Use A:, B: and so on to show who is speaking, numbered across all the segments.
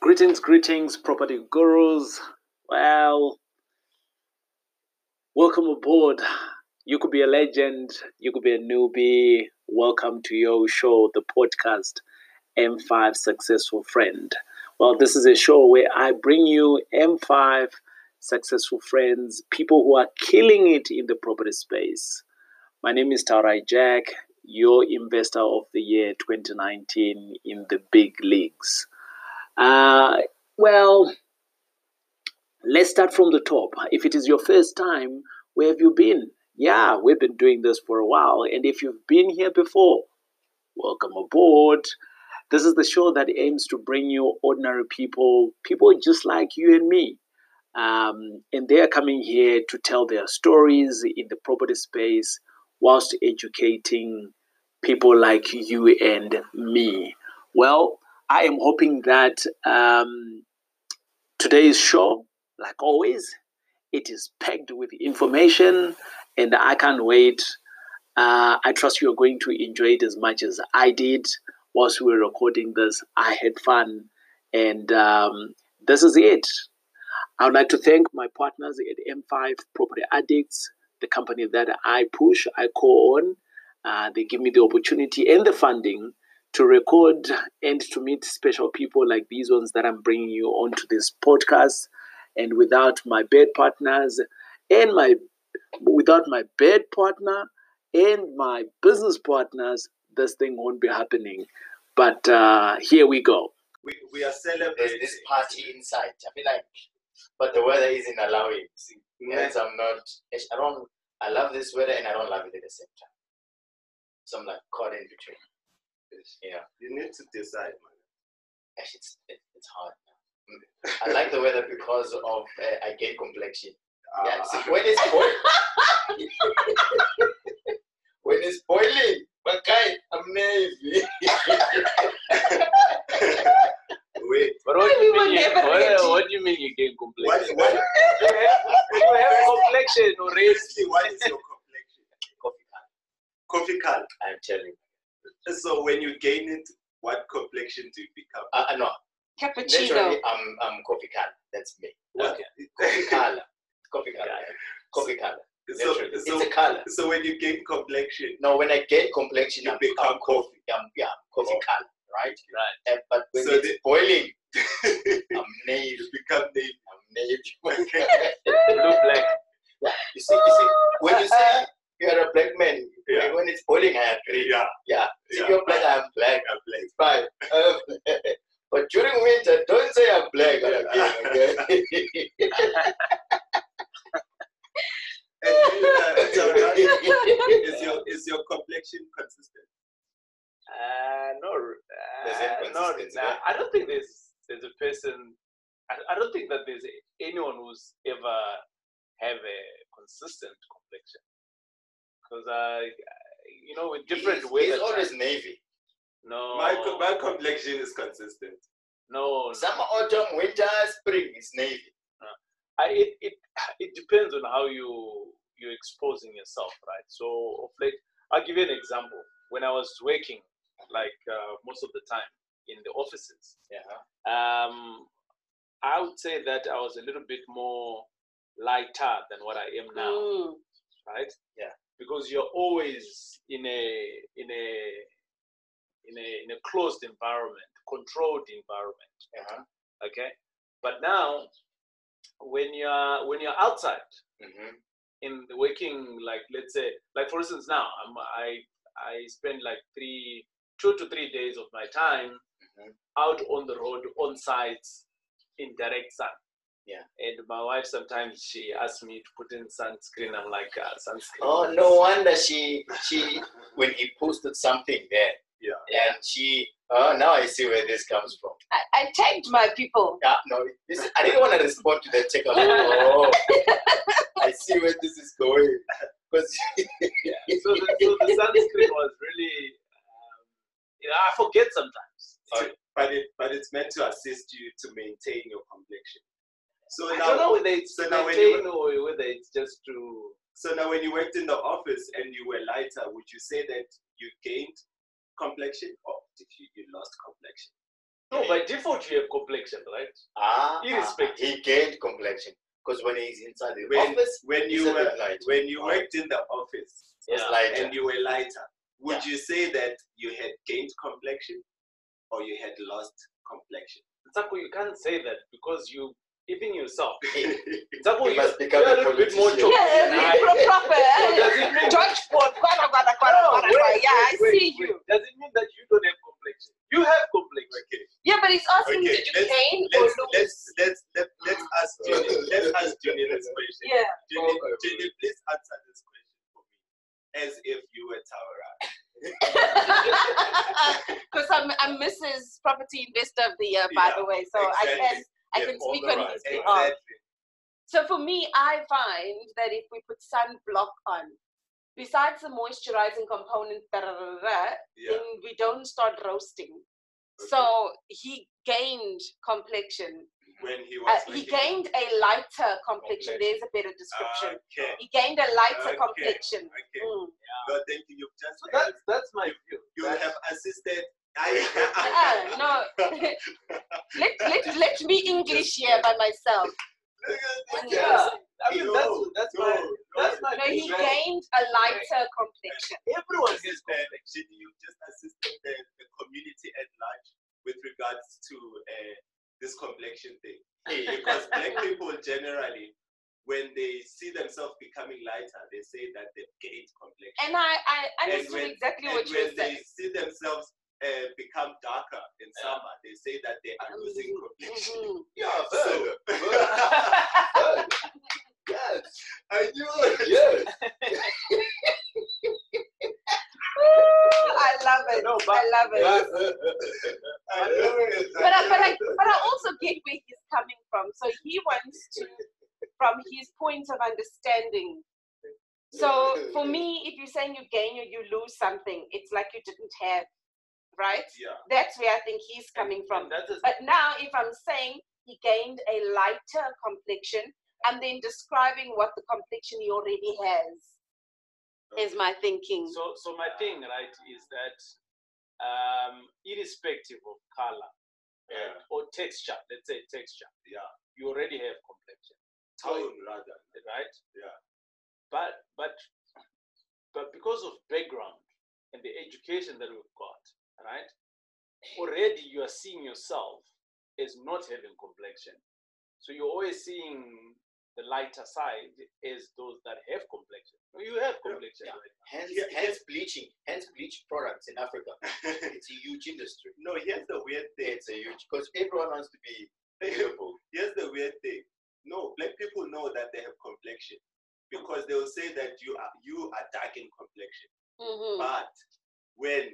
A: Greetings, greetings, property gurus. Well, welcome aboard. You could be a legend, you could be a newbie. Welcome to your show, the podcast M5 Successful Friend. Well, this is a show where I bring you M5 successful friends, people who are killing it in the property space. My name is Tarai Jack, your investor of the year 2019 in the big leagues. Uh, well, let's start from the top. If it is your first time, where have you been? Yeah, we've been doing this for a while. And if you've been here before, welcome aboard. This is the show that aims to bring you ordinary people, people just like you and me. Um, and they are coming here to tell their stories in the property space whilst educating people like you and me. Well, I am hoping that um, today's show, like always, it is packed with information, and I can't wait. Uh, I trust you are going to enjoy it as much as I did whilst we were recording this. I had fun, and um, this is it. I would like to thank my partners at M5 Property Addicts, the company that I push, I co own. Uh, they give me the opportunity and the funding to record and to meet special people like these ones that I'm bringing you onto this podcast. And without my bed partners and my without my bed partner and my business partners, this thing won't be happening. But uh, here we go.
B: we, we are
C: There's
B: celebrating.
C: this party inside. I feel like, but the weather isn't allowing. Hence, I'm not. I don't. I love this weather and I don't love it at the same time. So I'm like caught in between. You know,
B: You need to decide, man.
C: actually, it's it, it's hard. I like the weather because of uh, I get complexion. Yeah,
B: Uh,
C: see, when it's boiling, when it's boiling, but guy, amazing.
B: wait.
D: But what do you
E: We were
D: mean? You,
E: never
D: what,
E: ready.
D: what do you mean you get
B: What,
D: complacent?
B: what,
D: You have, you have complexion already.
B: seriously, what is your complexion?
C: Coffee cup,
B: Coffee color.
C: I'm telling you.
B: So when you gain it, what complexion do you become?
C: Uh, uh, no,
E: Cappuccino.
C: naturally, I'm I'm coffee color. That's me.
B: What?
C: Coffee color. Coffee color. Coffee color.
B: so,
C: Literally.
B: so,
C: it's a color.
B: so when you gain complexion,
C: No, when I get complexion,
B: You
C: I'm,
B: become Oh.
C: I'm coffee. I'm, yeah, I'm coffee color, right?
D: Right.
C: Uh, but when
B: So
C: it's
B: the-
C: boiling, I'm navy.
B: you become navy.
C: I'm navy.
D: Blue black.
C: you see, you see, when you say you're a black man,
B: Yeah.
C: when it's boiling, I agree.
B: Yeah,
C: Yeah. See,
B: Yeah.
C: you're black, I'm black.
B: I'm black.
C: It's fine. Um, but during winter, don't say I'm black.
B: Yeah.
C: Okay, okay?
B: And, uh, it's alright. is your is your complexion consistent?
D: Uh, no,
C: There's
D: uh, no,
C: inconsistency,
D: nah,
C: right?
D: I don't think there's there's a person. I, I don't think that there's anyone who's ever have a consistent complexion. Because I, you know, with different
C: He's-
D: ways.
C: He's always navy.
D: no,
B: My co- my complexion is consistent.
D: no, no.
C: Summer, autumn, winter, spring is navy.
D: I, it, it it depends on how you you're exposing yourself, right? So, of late, I'll give you an example. When I was working, like uh, most of the time in the offices,
C: Yeah.
D: um, I would say that I was a little bit more lighter than what I am now,
E: Mm.
D: right?
C: Yeah.
D: Because you're always in a in a in a in a closed environment, controlled environment
C: Uh-huh.
D: okay but now when you're when you're outside
C: Mm-hmm.
D: in the working like let's say like for instance now I'm, i i spend like three two to three days of my time
C: Mhm.
D: out on the road on sites in direct sun
C: Yeah.
D: and my wife sometimes she asks me to put in sunscreen i'm like uh, sunscreen
C: Oh,
D: is-
C: no wonder she she when he posted something there.
B: Yeah.
C: And she oh now I see where this comes from.
E: I, I tagged my people.
C: Yeah, no, this I didn't want to respond to that take. I'm like, oh, I see where this is going. Because
D: so the, so the sunscreen was really um, you know, i forget sometimes
B: But it but it's meant to assist you to maintain your complexion. So
D: I
B: now,
D: don't know whether it's
B: so
D: to
B: now when
D: maintain or whether it's just to.
B: so now when you worked in the office and you were lighter, would you say that you gained complexion or did you, you lost complexion?
D: No, by default you have complexion, right?
C: Ah,
D: Irrespective.
C: He gained complexion because when he's inside the
B: When-
C: office,
B: When
C: he's
B: you
C: a
B: were
C: bit light.
B: when you worked in the office
C: He's
D: Yeah.
C: lighter.
B: and you were lighter, would you say that you had gained complexion or you had lost complexion?
D: Sako, you can't say that because you, even yourself.
C: He-
D: Sako,
C: he
D: you,
C: must
D: you
C: become
D: are a
C: a
D: little bit more
C: politician.
D: joke.
F: Yeah,
C: Right.
F: pro- proper.
D: does it mean-
F: eh? George Ford, quada, quada, quada,
D: No,
F: quada,
D: wait,
F: quada. Yeah, I
D: wait, wait,
F: see
D: wait.
F: you.
D: Does it mean that you don't have complexion? You have complexion.
B: Okay.
F: Yeah, but he's asking,
B: Okay,
F: did you
B: let's-
F: gain or
B: Let's
F: lose?
B: let's let's let, let's ask Jenny. Let's ask Jenny this question.
F: Yeah.
B: Jenny,
C: Oh, my
B: Jenny, please answer this question for me, as if you were Tara.
F: Because I'm, I'm Mrs. Property Investor of the Year, by
B: Yeah,
F: the way, so I
B: exactly.
F: can I
B: Yeah,
F: can
C: all
F: speak Ah.
C: the
F: on
C: right,
F: his
C: all
F: behalf.
B: Exactly.
F: So for me, I find that if we put sunblock on, besides the moisturizing component, da, da, da, da, da,
B: Yeah.
F: then we don't start roasting. So he gained complexion.
B: When he
F: Uh,
B: was.
F: he
B: working-
F: gained a lighter
C: Complexion.
F: complexion. There's a better description.
B: Ah, Okay.
F: He gained a lighter
B: Okay.
F: complexion.
B: Okay.
F: Mm.
B: No, thank you. You've just.
D: So that's that's my view.
B: you
D: That's-
B: have assisted.
F: Uh-uh, no, let, let, let me English here by myself.
D: yeah. I mean,
B: No,
D: that's that's
B: no,
D: my
B: no.
D: that's my
F: No, he
D: view.
F: gained a lighter complexion.
D: Everyone
B: This
D: is
B: is the- Jenny, you've just assisted the, the community at large with regards to uh, this complexion thing. Because black people generally, when they see themselves becoming lighter, they say that they've gained complexion.
F: And I, I
B: And
F: understood
B: when-
F: exactly
B: and
F: what you
B: when
F: were
B: they
F: saying.
B: see themselves uh, become darker in summer, they say that they are
F: I'm
B: losing
F: losing-
B: complexion.
F: Mhm.
C: Yeah,
B: So,
C: yes,
B: I knew it.
C: yes.
F: Ooh, I love it.
D: No, but-
F: I love it.
B: I knew it.
F: But I, but I, but I also get where he's coming from. So he wants to, from his point of understanding. So for me, if you're saying you gain or you lose something, it's like you didn't have, right?
B: Yeah.
F: That's where I think he's coming from.
D: That is
F: But now, if I'm saying he gained a lighter complexion, I'm then describing what the complexion he already has, is my thinking.
D: so. So my thing, right, is that um, irrespective of color
B: Yeah.
D: or texture, let's say texture,
B: Yeah.
D: you already have complexion,
B: Tone rather.
D: right?
B: Yeah.
D: But but but because of background and the education that we've got, right? Already you are seeing yourself as not having complexion. So you're always seeing the lighter side as those that have complexion. You have complexion.
C: Yeah.
D: right?
C: Hence,
B: Yeah, yeah.
C: hence bleaching, hence bleach products in Africa. It's a huge industry.
B: no, here's the weird thing.
C: It's a huge because everyone wants to be beautiful.
B: Here's the weird thing. No, black people know that they have complexion because they will say that you are you are dark in complexion.
F: hmm
B: But when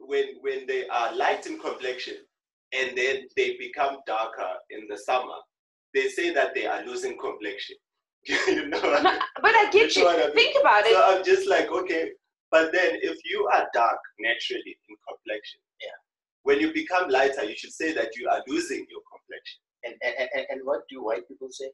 B: when when they are light in complexion and then they become darker in the summer, they say that they are losing complexion. you know what I mean?
F: But I get
B: Which
F: you.
B: one I mean?
F: Think about it.
B: So I'm just like, okay. But then if you are dark naturally in complexion,
C: Yeah.
B: when you become lighter, you should say that you are losing your complexion.
C: And, and, and- and, and what do white people say?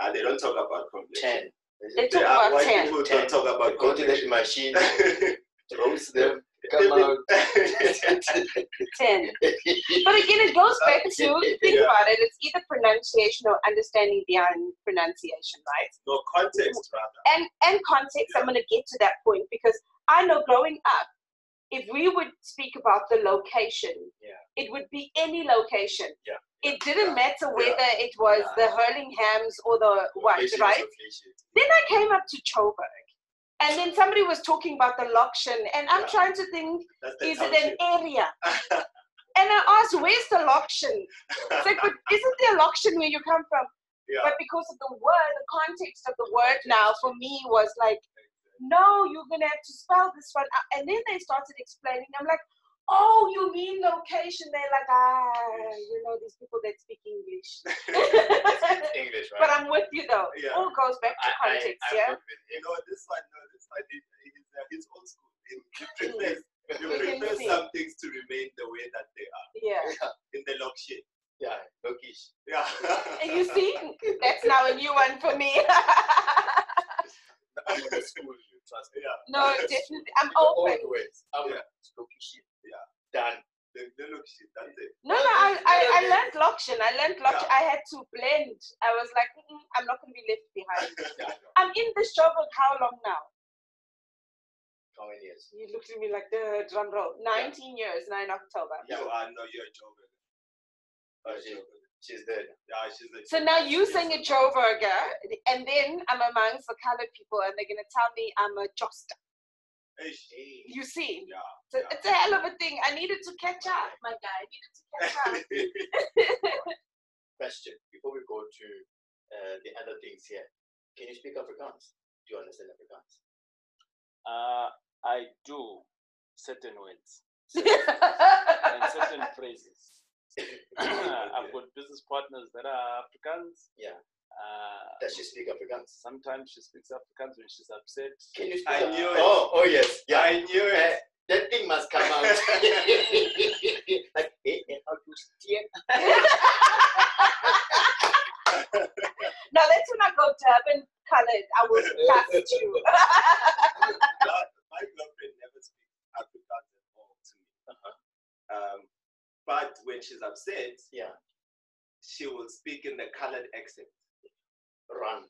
B: And Ah, they don't talk about complexion.
C: Ten.
F: They
B: They
F: talk
B: are-
F: about
B: white
F: 10.
B: people
C: Ten.
B: don't talk about
C: Go to that
B: complexion.
C: machine, roast them, come
B: Even-
C: out.
F: 10. But again, it goes back to think
B: Yeah.
F: about it. It's either pronunciation or understanding behind pronunciation, right?
B: no context, rather.
F: And and context. I'm going to get to that point because I know growing up, if we would speak about the location,
C: Yeah.
F: it would be any location.
C: Yeah.
F: It
B: Yeah.
F: didn't matter whether it was
C: Yeah.
F: the Hurlinghams or the what,
C: Bleaching is
F: right?
C: a bleaching.
F: Then I came up to Choburg, and then somebody was talking about the Lokshan, and I'm
B: Yeah.
F: trying to think,
B: That's the
F: is
B: township.
F: it an area? And I asked, where's the Lokshan? It's like, but isn't there loction where you come from?
B: Yeah.
F: But because of the word, the context of the word now for me was like, no, you're gonna have to spell this one out. And then they started explaining. I'm like, oh, you mean location? They're like, ah, you know, these people that speak English.
C: English,
F: but
C: right?
F: I'm with you though. It
B: Yeah.
F: all goes back to
C: I,
F: context,
C: I'm
F: yeah.
C: good
B: You know, this one, no, this one, he, he's, uh, he's old school. He, he
F: Hmm.
B: prefers,
C: with
B: he
F: We can
B: prefers
F: see.
B: some things to remain the way that they are
F: Yeah.
B: in the lock shit.
C: Yeah, Lokish.
B: Yeah.
F: And you see, that's now a new one for me.
C: I'm gonna school you, trust me.
B: yeah.
F: no, definitely. I'm
C: In all
F: open.
C: the ways. I'm
B: Yeah.
C: Lokish.
B: Yeah.
C: Done.
B: They, they look shit. That's it.
F: No, no, I, I, I learned Lokshin. I learned Lokshin.
B: Yeah.
F: I had to blend. I was like, Mm-mm, I'm not going to be left behind.
B: Yeah.
F: I'm in this job for how long now?
C: How many years?
F: You looked at me like the drum roll. 19 years, 9 October.
B: You are no, you're a joker.
C: Oh, she, she's dead.
B: Yeah, she's a
F: So now you
B: She's-
F: sing a Joe Burger, and then I'm amongst the colored people, and they're going to tell me I'm a joster.
B: Hey, she-
F: You see?
B: Yeah.
F: So it's a hell of a thing. I needed to catch up, my guy. I needed to catch up.
C: Question before we go to uh, the other things here. Can you speak Afrikaans? Do you understand Afrikaans?
D: Uh, I do certain words and
F: yeah,
D: certain phrases. I've got business partners that are Africans.
C: Yeah.
D: Uh,
C: Does she speak Afrikaans?
D: sometimes she speaks Africans when she's upset.
C: Can you speak?
B: I knew it.
C: Oh, oh yes. Yeah.
B: I knew
C: Uh,
B: it.
C: that thing must come out. like, eh, eh, how to steer?
F: now that's when I go Durban colored. I will dust you.
B: God, my girlfriend never speaks Afrikaans at all to me. Um, but when she's upset,
C: Yeah.
B: she will speak in the colored accent.
C: Run.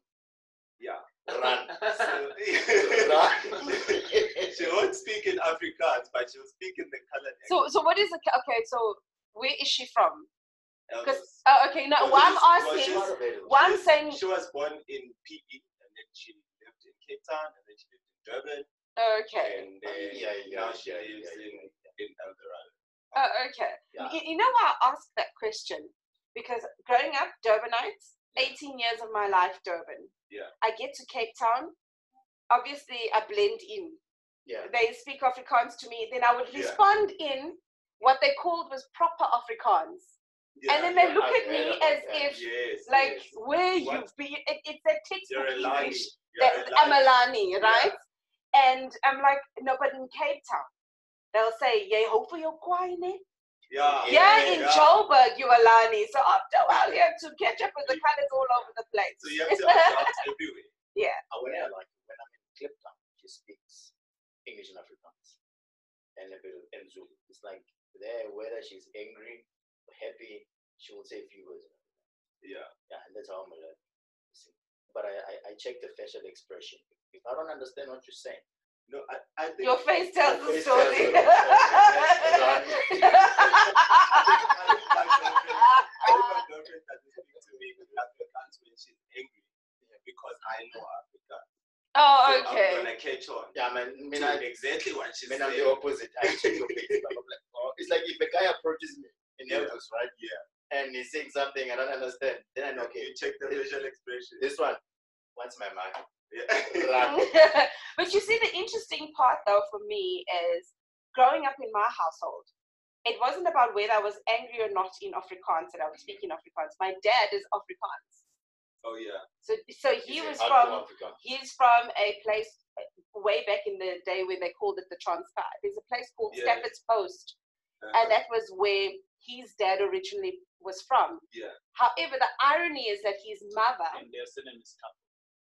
B: Yeah.
C: Run.
B: So-
C: Run.
B: she won't speak in Afrikaans, but she'll speak in the colored accent.
F: so, so what is the okay? So, where is she from?
B: Um,
F: 'cause- Oh, okay, no, why I'm
B: Well,
F: asking,
B: she's-
F: why I'm saying,
B: she was born in PE and then she lived in Cape Town and then she lived in Durban
F: okay,
B: and then
C: Yeah, yeah,
B: now she
C: yeah,
B: lives
C: yeah,
B: in, in El Dorado.
F: oh, okay.
C: Yeah.
F: You, you know why I asked that question? Because growing up, Durbanites, 18 years of my life, Durban.
B: Yeah.
F: I get to Cape Town. Obviously, I blend in.
C: Yeah.
F: They speak Afrikaans to me. Then I would
B: Yeah.
F: respond in what they called was proper Afrikaans.
B: Yeah,
F: and then they
B: yeah.
F: look
C: I've
F: at me
C: heard about
F: as
C: that,
F: if,
B: Yes.
F: like,
B: yes.
F: where
B: What?
F: you've been. It, it's that
B: You're a
F: textbook
B: Lani.
F: English.
B: You're
F: That,
B: a
F: I'm a
B: Lani.
F: Lani, right? And I'm like, no, but in Cape Town, they'll say, yeah, hopefully you're quiet, eh?
B: Yeah.
F: Yeah, in Joburg, you are Lani. So after a while, you have to catch up with the colors all over the place.
B: So you have to adapt everywhere.
C: Aware, like when I'm in Cape Town, she speaks English and Afrikaans and a bit of and Zulu. It's like there, whether she's angry or happy, she will say a few words.
B: Yeah.
C: Yeah, and that's how I'm learning. you see. But I, I, I check the facial expression. If I don't understand what you're saying,
B: No, I, I think
F: Your face tells
C: My
F: the
C: face
F: story.
C: tells the
B: I think my girlfriend, I think my girlfriend doesn't speak to me in Afrikaans when she's angry because I know Africa.
F: oh,
B: So I'm
F: okay.
B: gonna catch on.
C: yeah, man, I mean,
B: to
C: I,
B: exactly what she's
C: man,
B: saying.
C: I'm the opposite. I check your face. but I'm like, oh, it's like if a guy approaches me in
B: Yeah.
C: Elvis, right? Yeah. And he's saying something I don't understand, then I know, okay,
B: You check the facial expression.
C: this one, what's my mark?
B: Yeah.
C: Run.
F: but you see, the interesting part though for me is growing up in my household, it wasn't about whether I was angry or not in Afrikaans that I was speaking Afrikaans. My dad is Afrikaans.
B: oh yeah.
F: So, so he
C: He's a
F: was
C: hardcore
F: from
C: African.
F: He's from a place uh, way back in the day when they called it the Transvaal. There's a place called
B: Yeah.
F: Stafford's Post, and that was where his dad originally was from.
B: Yeah.
F: However, the irony is that his mother,
D: And their surname is Tap.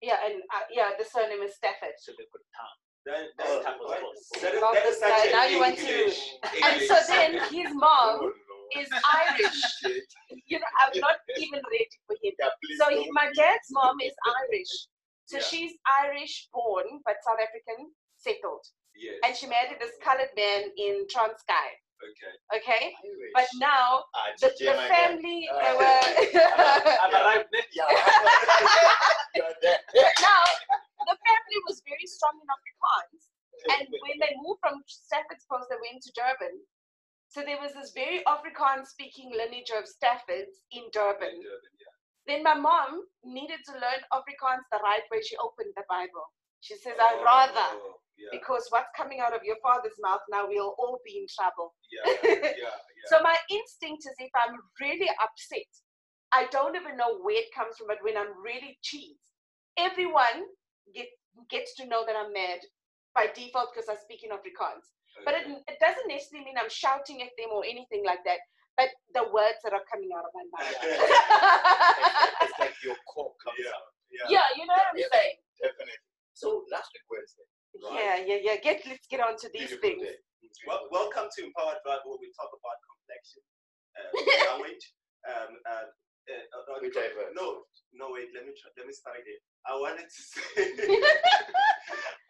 F: yeah, and uh, yeah, the surname is Stafford.
D: So they could Tam.
B: That, that,
D: Oh,
B: that,
D: what?
B: that, is-
F: Well,
B: that is such
F: now-
B: an
F: now you want to-
B: English,
F: And so then his mom is Irish.
C: Shit.
F: You know, I'm not even ready for him.
C: Yeah, please.
F: So he,
C: don't.
F: my dad's mom is Irish. So
B: Yeah.
F: she's Irish born, but South African settled.
B: Yes.
F: And she married this colored man in Transkei.
B: okay.
F: okay?
C: Irish.
F: But now
C: Ah,
F: the,
C: GJ,
F: the
C: my guy.
F: family
C: Uh,
F: uh, they were
D: I've
C: Yeah.
D: arrived next.
C: Yeah. You're there.
F: but now the family was very strong in Afrikaans. And when they moved from Stafford's Post, they went to Durban. So there was this very Afrikaans speaking lineage of Staffords in Durban.
B: Yeah.
F: Then my mom needed to learn Afrikaans the right way. She opened the Bible. She says, I rather,
B: Oh, yeah.
F: because what's coming out of your father's mouth now, we'll all be in trouble.
B: Yeah. Yeah. Yeah.
F: So my instinct is if I'm really upset, I don't even know where it comes from, but when I'm really cheesed, everyone get, gets to know that I'm mad by default because I speak in Afrikaans. But it,
B: Okay.
F: it doesn't necessarily mean I'm shouting at them or anything like that. but the words that are coming out of my mouth.
C: It's, it's like your core comes
B: Yeah.
C: out.
F: yeah, you know what I'm
C: Yeah.
F: saying?
C: Definitely. So last week Wednesday.
F: Yeah, yeah, yeah. Get let's get on to these
C: Beautiful
F: things.
C: day.
B: Well, welcome to Empowered Vibe, where we talk about complexion, uh, language, um, uh, uh, uh,
C: We diverge.
B: no, no, wait, let me try, let me start again. I wanted to say,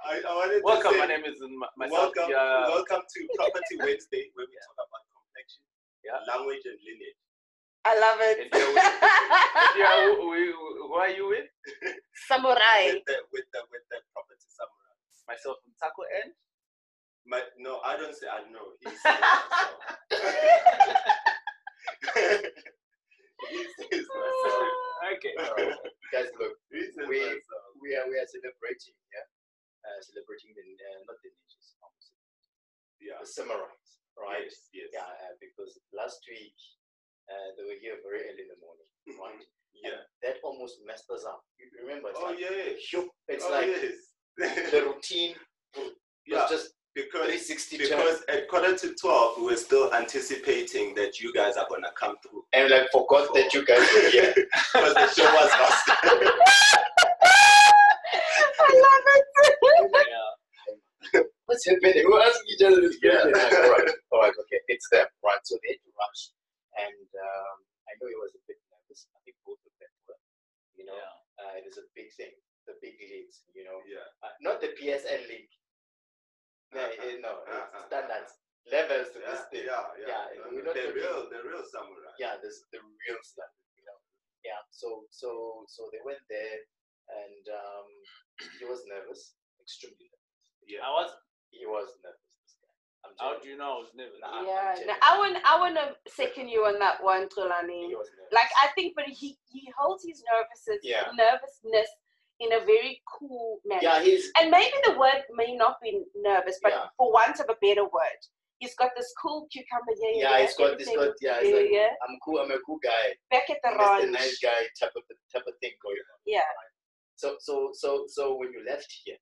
B: I, I wanted
D: Welcome.
B: to say,
D: My name is M- myself.
B: welcome,
D: yeah.
B: welcome to Property Wednesday, where we talk about complexion,
D: Yeah.
B: language, and lineage.
F: I love
D: And here we-
F: it.
D: yeah who, who- who are you with?
F: Samurai.
B: With the with the with the property samurai.
D: Myself from Taco and
B: My, no, I don't say I know. He says myself. he says myself.
D: Okay.
C: So, guys, look,
B: He says
C: We-
B: myself.
C: we are we are celebrating, yeah, uh, celebrating the uh, not the ninjas, obviously,
B: Yeah.
C: the samurais, right?
B: Yes. Yes.
C: Yeah, uh, because last week uh, they were here very early in the morning, right?
B: Yeah.
C: That almost messed us up. You remember? It's
B: Oh
C: like,
B: yeah.
C: phew, it's
B: oh,
C: like
B: yes.
C: the routine
B: yeah.
C: was just
B: Because
C: 360 turns,
B: because at quarter to twelve, we we're still anticipating that you guys are gonna come through
C: and like forgot that you guys were here.
B: because the show was awesome.
F: I love it.
D: Yeah.
C: What's happening? We're asking each other this
B: Yeah.
C: question. Like, all right, all right, okay, it's them, right? So they had to rush, and um, I know it was a bit nervous. I think both of them were, you know.
D: Yeah.
C: uh, it is a big thing, the big leagues, you know,
B: Yeah.
C: uh, not the PSN league. No,
B: Uh-uh,
C: it- no, it's
B: uh-uh,
C: standards, levels to
B: Yeah.
C: this thing.
B: Yeah. Yeah.
C: Uh-huh. Yeah,
B: No,
C: we're
B: no,
C: not
B: the
C: talking-
B: real, the real samurai.
C: Yeah, this the real stuff, you know. Yeah, so so so they went there, and um, he was nervous, extremely nervous.
D: I was.
C: He was nervous. This guy. I'm
D: How
C: telling
D: do you know I was nervous?
C: Nah.
F: Yeah, no, I wouldn't. I wouldn't second you on that one, Trelawney.
C: you, he was nervous.
F: Like I think, but he he holds his nervousness
C: Yeah.
F: nervousness in a very cool manner.
C: yeah, he's
F: And maybe the word may not be nervous, but
C: Yeah.
F: for want of a better word, he's got this cool cucumber. Yeah, yeah.
C: yeah, he's got, he's
F: everything
C: got, yeah,
F: to
C: he's
F: do,
C: like,
F: yeah.
C: I'm cool, I'm a cool guy.
F: Back at the
C: Mr.
F: ranch.
C: Nice guy type of type of thing going on.
F: Yeah.
C: So so so so when you left here,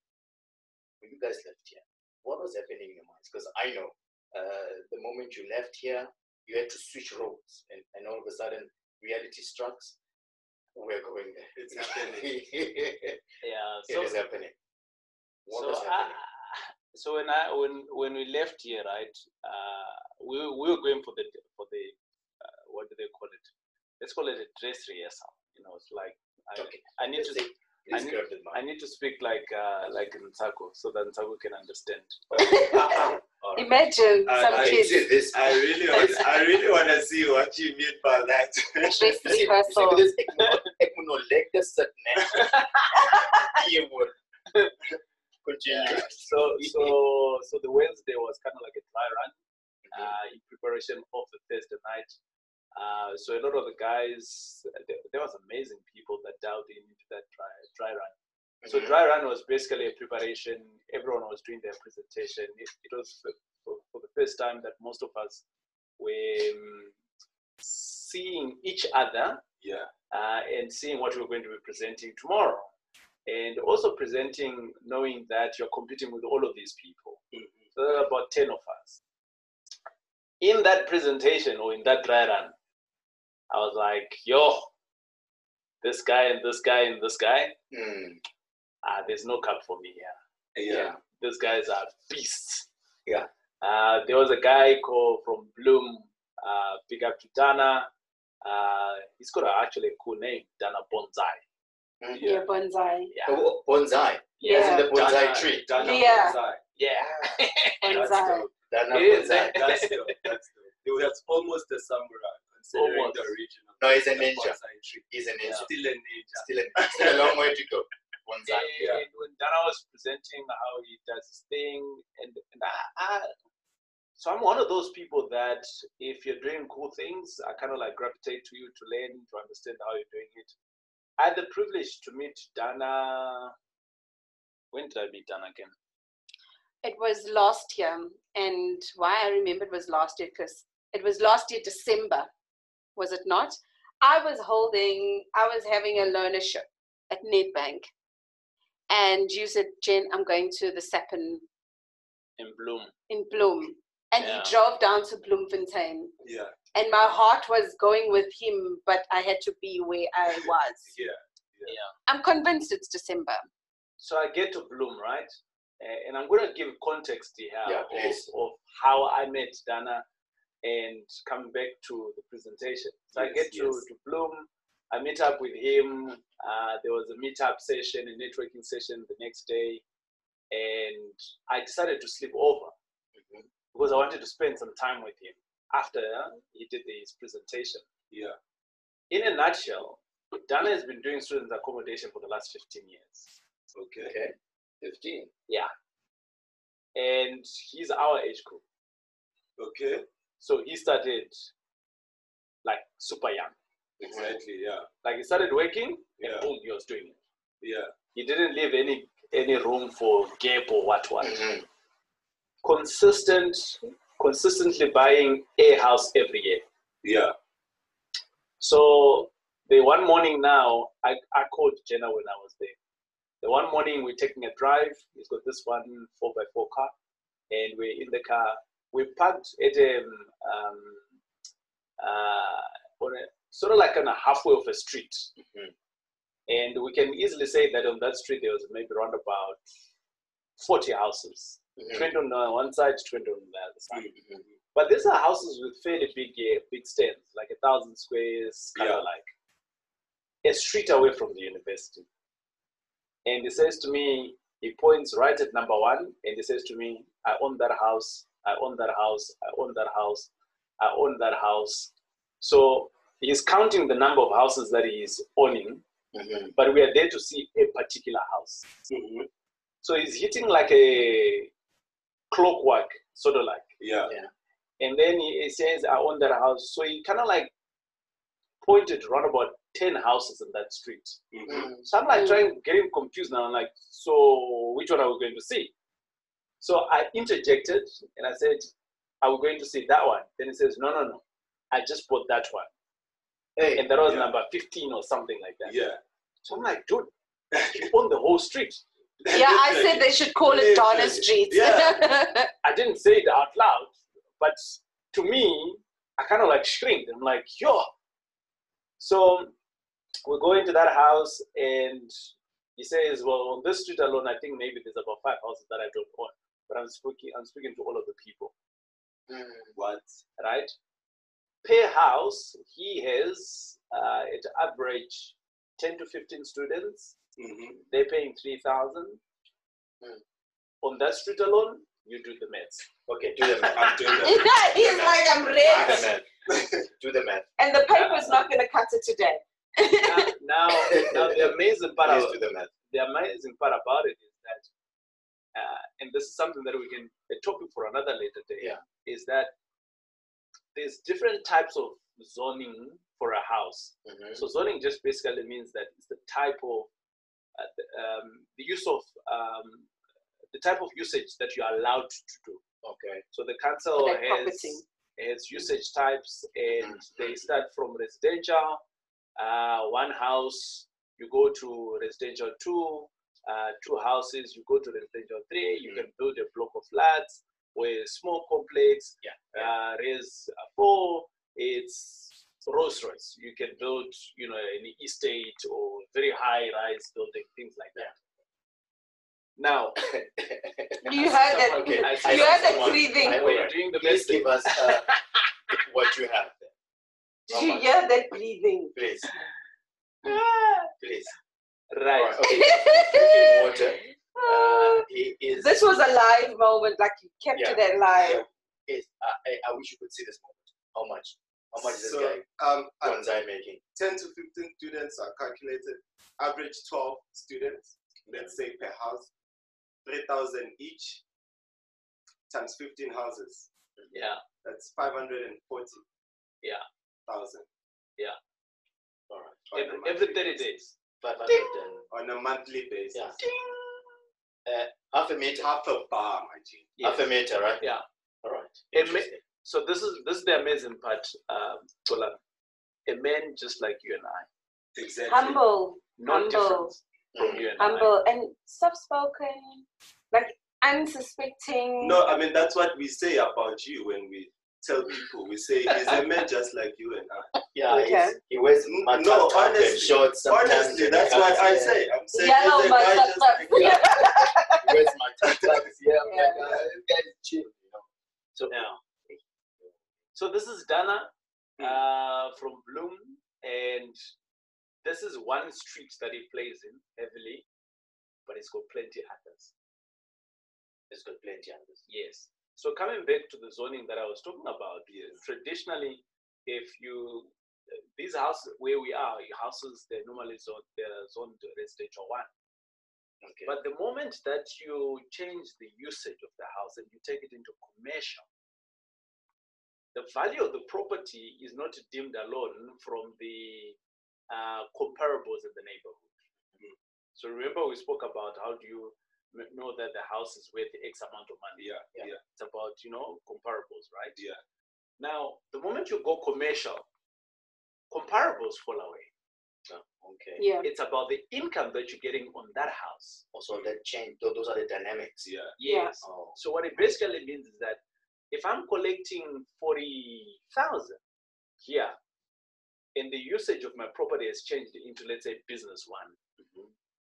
C: when you guys left here, what was happening in your minds? Because I know uh, the moment you left here, you had to switch roles, and, and all of a sudden reality strikes. We're going there.
B: It's happening.
C: it
D: Yeah. So,
C: is happening. What
D: so,
C: was happening?
D: I- so when I when when we left here, right? Uh, we we were going for the for the uh, what do they call it? Let's call it a dress rehearsal. You know, it's like I,
C: okay,
D: I need to
C: let's say
D: I
C: please
D: need-
C: grab the mic.
D: I need to speak like uh, like Ntako so that Ntako can understand. All right.
F: Imagine
B: I-
F: some
B: I-
C: You Uh, see
F: kids
C: this?
B: I really want. I really want to see what you mean by that.
F: dress
C: You see- you see
F: rehearsal.
C: this? Ekmono- Ekmonolekte satne. Iye word. Continue.
D: Uh, So so so the Wednesday was kind of like a dry run.
C: Mm-hmm.
D: uh, in preparation of the Thursday night. Uh, so a lot of the guys, there, there was amazing people that dialed in into that dry, dry run. So
C: Mhm.
D: dry run was basically a preparation. Everyone was doing their presentation. It, it was for, for, for the first time that most of us were um, seeing each other
B: Yeah.
D: uh, and seeing what we're going to be presenting tomorrow. And also presenting, knowing that you're competing with all of these people. So there are about 10 of us. In that presentation or in that dry run, I was like, yo, this guy and this guy and this guy,
C: Mm.
D: ah, there's no cup for me here.
B: Yeah.
D: These guys are beasts.
C: Yeah.
D: Uh, there was a guy called from Bloom, uh, big up to Dana. Uh, he's got a, actually a cool name, Dana Bonsai.
C: Mm.
F: Yeah, bonsai.
D: Yeah.
C: Oh, bonsai. As in
F: Yeah,
C: the bonsai
D: Bonsai.
C: tree.
B: Dana
F: Yeah.
B: Bonsai.
D: Yeah.
F: bonsai.
C: Dana
D: It is,
C: bonsai.
D: eh?
B: That's dope. That's dope. Dude, That's almost a samurai considering the
D: Almost.
B: origin of
C: No, he's a
B: the
C: ninja.
B: bonsai tree.
C: He's a ninja.
B: Still a ninja.
C: Still, a, still a long way to go. Bonsai.
B: Yeah.
D: And when Dana was presenting how he does his thing, and, and I, I, so I'm one of those people that if you're doing cool things, I kind of like gravitate to you to learn to understand how you're doing it. I had the privilege to meet Dana. When did I meet Dana again?
F: It was last year, and why I remember it was last year because it was last year December, was it not? I was holding, I was having a learnership at Nedbank, and you said, Jen, I'm going to the Sapin
D: In Bloom.
F: in Bloom, and
D: Yeah.
F: you drove down to Bloemfontein,
B: Yeah.
E: and my heart was going with him, but I had to be where I was.
B: Yeah.
E: I'm convinced it's December.
D: So I get to Bloom, right? Uh, and I'm going to give context here
C: Yeah,
D: of,
C: please.
D: of how I met Dana and coming back to the presentation. So I
B: Yes,
D: get to,
B: yes.
D: to Bloom, I meet up with him. Uh, there was a meetup session, a networking session the next day. And I decided to sleep over because I wanted to spend some time with him after he did his presentation.
B: Yeah.
D: In a nutshell, Dana has been doing students accommodation for the last 15 years.
B: Okay.
C: Okay. 15.
D: and he's our age group.
B: Okay.
D: So he started like super young.
B: Exactly. Yeah.
D: Like he started working and
B: Yeah.
D: boom, he was doing it.
B: Yeah.
D: He didn't leave any any room for gap or what what.
C: Mhm.
D: Consistent, consistently buying a house every year.
B: Yeah.
D: So the one morning now, I, I called Jenna when I was there. The one morning we're taking a drive. He's got this one four by four car, and we're in the car. We parked at a um, uh, on a sort of like on a halfway of a street,
C: Mhm.
D: and we can easily say that on that street there was maybe around about forty houses.
C: Mhm.
D: Twenty on uh, one side, twenty on the other side.
C: Mhm.
D: But these are houses with fairly big, uh, big stands, like a thousand squares, kind
B: Yeah.
D: of like a street away from the university. And he says to me, he points right at number one, and he says to me, "I own that house. I own that house. I own that house. I own that house." So he's counting the number of houses that he is owning,
C: Mhm.
D: but we are there to see a particular house.
B: Mhm.
D: So he's hitting like a clockwork, sort of like
B: Yeah.
D: and then he, he says I own that house. So he kind of like pointed around about ten houses in that street.
B: Mhm.
D: So I'm like trying, getting confused now. I'm like, so which one are we going to see? So I interjected and I said, are we going to see that one? Then he says, no, no, no, I just bought that one,
C: Hey.
D: and that was
B: Yeah.
D: number fifteen or something like that.
B: Yeah.
D: So I'm like, dude, you own the whole street.
E: Yeah, I said they should call it Donna
B: Literally.
E: Street.
B: Yeah.
D: I didn't say it out loud, but to me, I kind of like shrinked. I'm like, yo. So we go into that house, and he says, well, on this street alone, I think maybe there's about five houses that I don't own. But I'm speaking, I'm speaking to all of the people, Mm-hmm.
B: What?
D: right? Per house, he has uh, at average 10 to 15 students.
B: Mhm.
D: They're paying 3,000.
C: Mm.
D: On that street alone, you do the maths.
C: Okay, do the math.
B: I'm doing that.
E: He's like, I'm
C: Do the
E: rich.
C: math. Do the math.
E: And the paper's not going to cut it today.
D: now, now, now the amazing part
C: Please
D: about
C: do the math.
D: the amazing part about it is that, uh, and this is something that we can a topic for another later day.
C: Yeah.
D: Is that there's different types of zoning for a house.
C: Mhm.
D: So zoning just basically means that it's the type of uh, the, um, the use of um, the type of usage that you are allowed to do.
C: Okay.
D: So the council
E: Like
D: has,
E: property.
D: has usage types and they start from residential, uh, one house, you go to residential two, uh, two houses, you go to residential three, you
C: Mm.
D: can build a block of flats or a small complex,
C: Yeah.
D: uh, raise uh, four, it's Rolls Royce. You can build, you know, an estate or very high rise building, things like that. Now,
E: You heard that.
C: Okay, I
E: You heard
C: see
E: that
C: someone-
E: breathing.
C: I-
D: we're doing the
C: Please
D: best.
C: give us uh, what you have there.
E: Did you hear that breathing?
C: Please, please. All
D: Right.
C: right, okay. Drinking water. Uh,
E: Ah.
C: he is.
E: this was a live moment, like you kept
C: Yeah.
E: it alive.
C: is I, I, I wish you could see this moment. How much? How much is this
B: So,
C: guy
B: um, at
C: Bonsai making?
B: 10 to 15 students are calculated, average 12 students, let's say per house, 3,000 each times 15 houses.
D: Yeah.
B: That's 540.
D: Yeah.
B: Thousand.
C: All right.
B: on a
D: Every,
B: monthly
D: every 30
B: basis.
D: days.
C: Five hundred and
B: On a monthly basis.
C: Yeah. half a meter.
B: Half a bar, my G.
C: Half a meter, right?
D: Yeah.
C: All right.
D: A ma-
C: Interesting.
D: so this is this is the amazing part, um, Tola. A man just like you and I,
B: Exactly.
E: Humble,
D: not different
E: Humble.
C: Mm.
D: from you and I.
E: humble, and soft spoken, like unsuspecting.
B: No, I mean, that's what we say about you when we tell people. We say, he's a man just like you and I.
C: Yeah,
E: Okay.
C: he's- he wears matata
B: Mm, No,
C: and
B: honestly,
C: shorts sometimes
B: Honestly,
C: and
B: that's what I
C: comes here.
B: say. I'm saying
E: Yellow
B: he's a guy just like you.
E: mustard.
C: He wears matata. Yeah, I'm like,
E: Yeah.
C: uh, this guy is chill, you know. So
D: Now, so this is Dana uh, from Bloom, and this is one street that he plays in heavily, but it's got plenty others. It's got plenty others. Yes. So coming back to the zoning that I was talking about, traditionally, if you uh, these houses where we are, your houses they're normally zoned they're zoned residential one.
C: okay.
D: But the moment that you change the usage of the house and you take it into commercial, the value of the property is not deemed alone from the uh, comparables in the neighborhood.
B: Mm.
D: So remember, we spoke about how do you m- know that the house is worth X amount of money?
B: Yeah, yeah,
D: It's about you know comparables, right?
B: Yeah.
D: Now, the moment you go commercial, comparables fall away.
C: okay.
E: Yeah.
D: It's about the income that you're getting on that house.
C: Also, that change. tho- Those are the dynamics.
B: yeah.
E: Yeah.
C: Oh,
D: So what it basically means is that if I'm collecting forty thousand here, and the usage of my property has changed into let's say business one,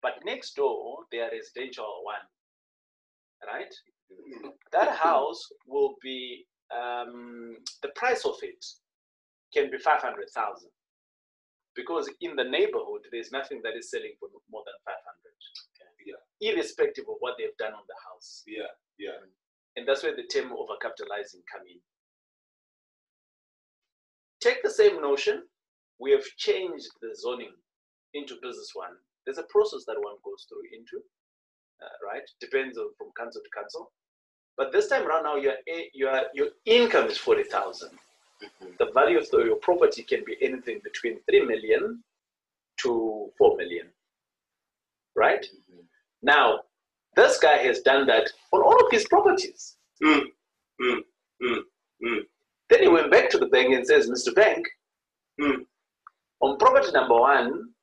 D: but next door they are residential one, right? That house will be um, the price of it can be five hundred thousand. Because in the neighborhood, there's nothing that is selling for more than 500, irrespective of what they've done on the house
B: Yeah, yeah.
D: and that's where the term overcapitalizing come in. Take the same notion, we have changed the zoning into business one. There's a process that one goes through into, uh, right? Depends on from council to council. But this time around now, your a- your your income is forty thousand. The value of the- your property can be anything between three million to four million, right? Now, this guy has done that on all of his properties.
B: Mm, mm, mm, mm.
D: Then he went back to the bank and says, Mr. Bank,
B: Hmm.
D: on property number one,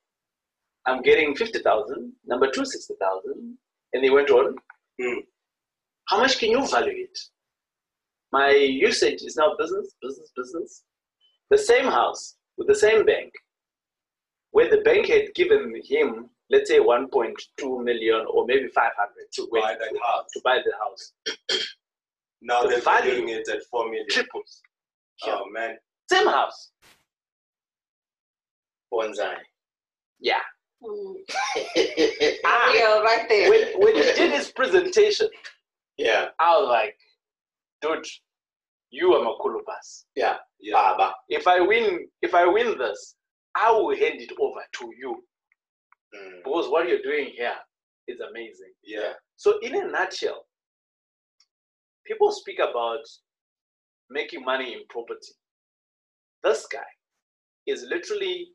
D: I'm getting 50,000, number two, 60,000. And he went on,
B: Hmm.
D: How much can you value it? My usage is now business, business, business. The same house with the same bank, where the bank had given him, let's say, 1.2 million or maybe 500 to,
B: Buy
D: wait-
B: that house.
D: to buy the house,
B: Now
D: The
B: they're
D: value-
B: valuing it at four million.
D: triples.
B: Oh man.
D: Same house.
C: bonsai.
D: Yeah.
E: Mm.
D: Ah.
E: Real, right there.
D: when, when he did his presentation,
C: yeah,
D: I was like, dude, you are Makulubas.
C: yeah,
B: Yeah.
C: Baba.
D: If I win, if I win this, I will hand it over to you
C: Mm.
D: because what you're doing here is amazing.
B: Yeah.
D: So, in a nutshell, people speak about making money in property. This guy is literally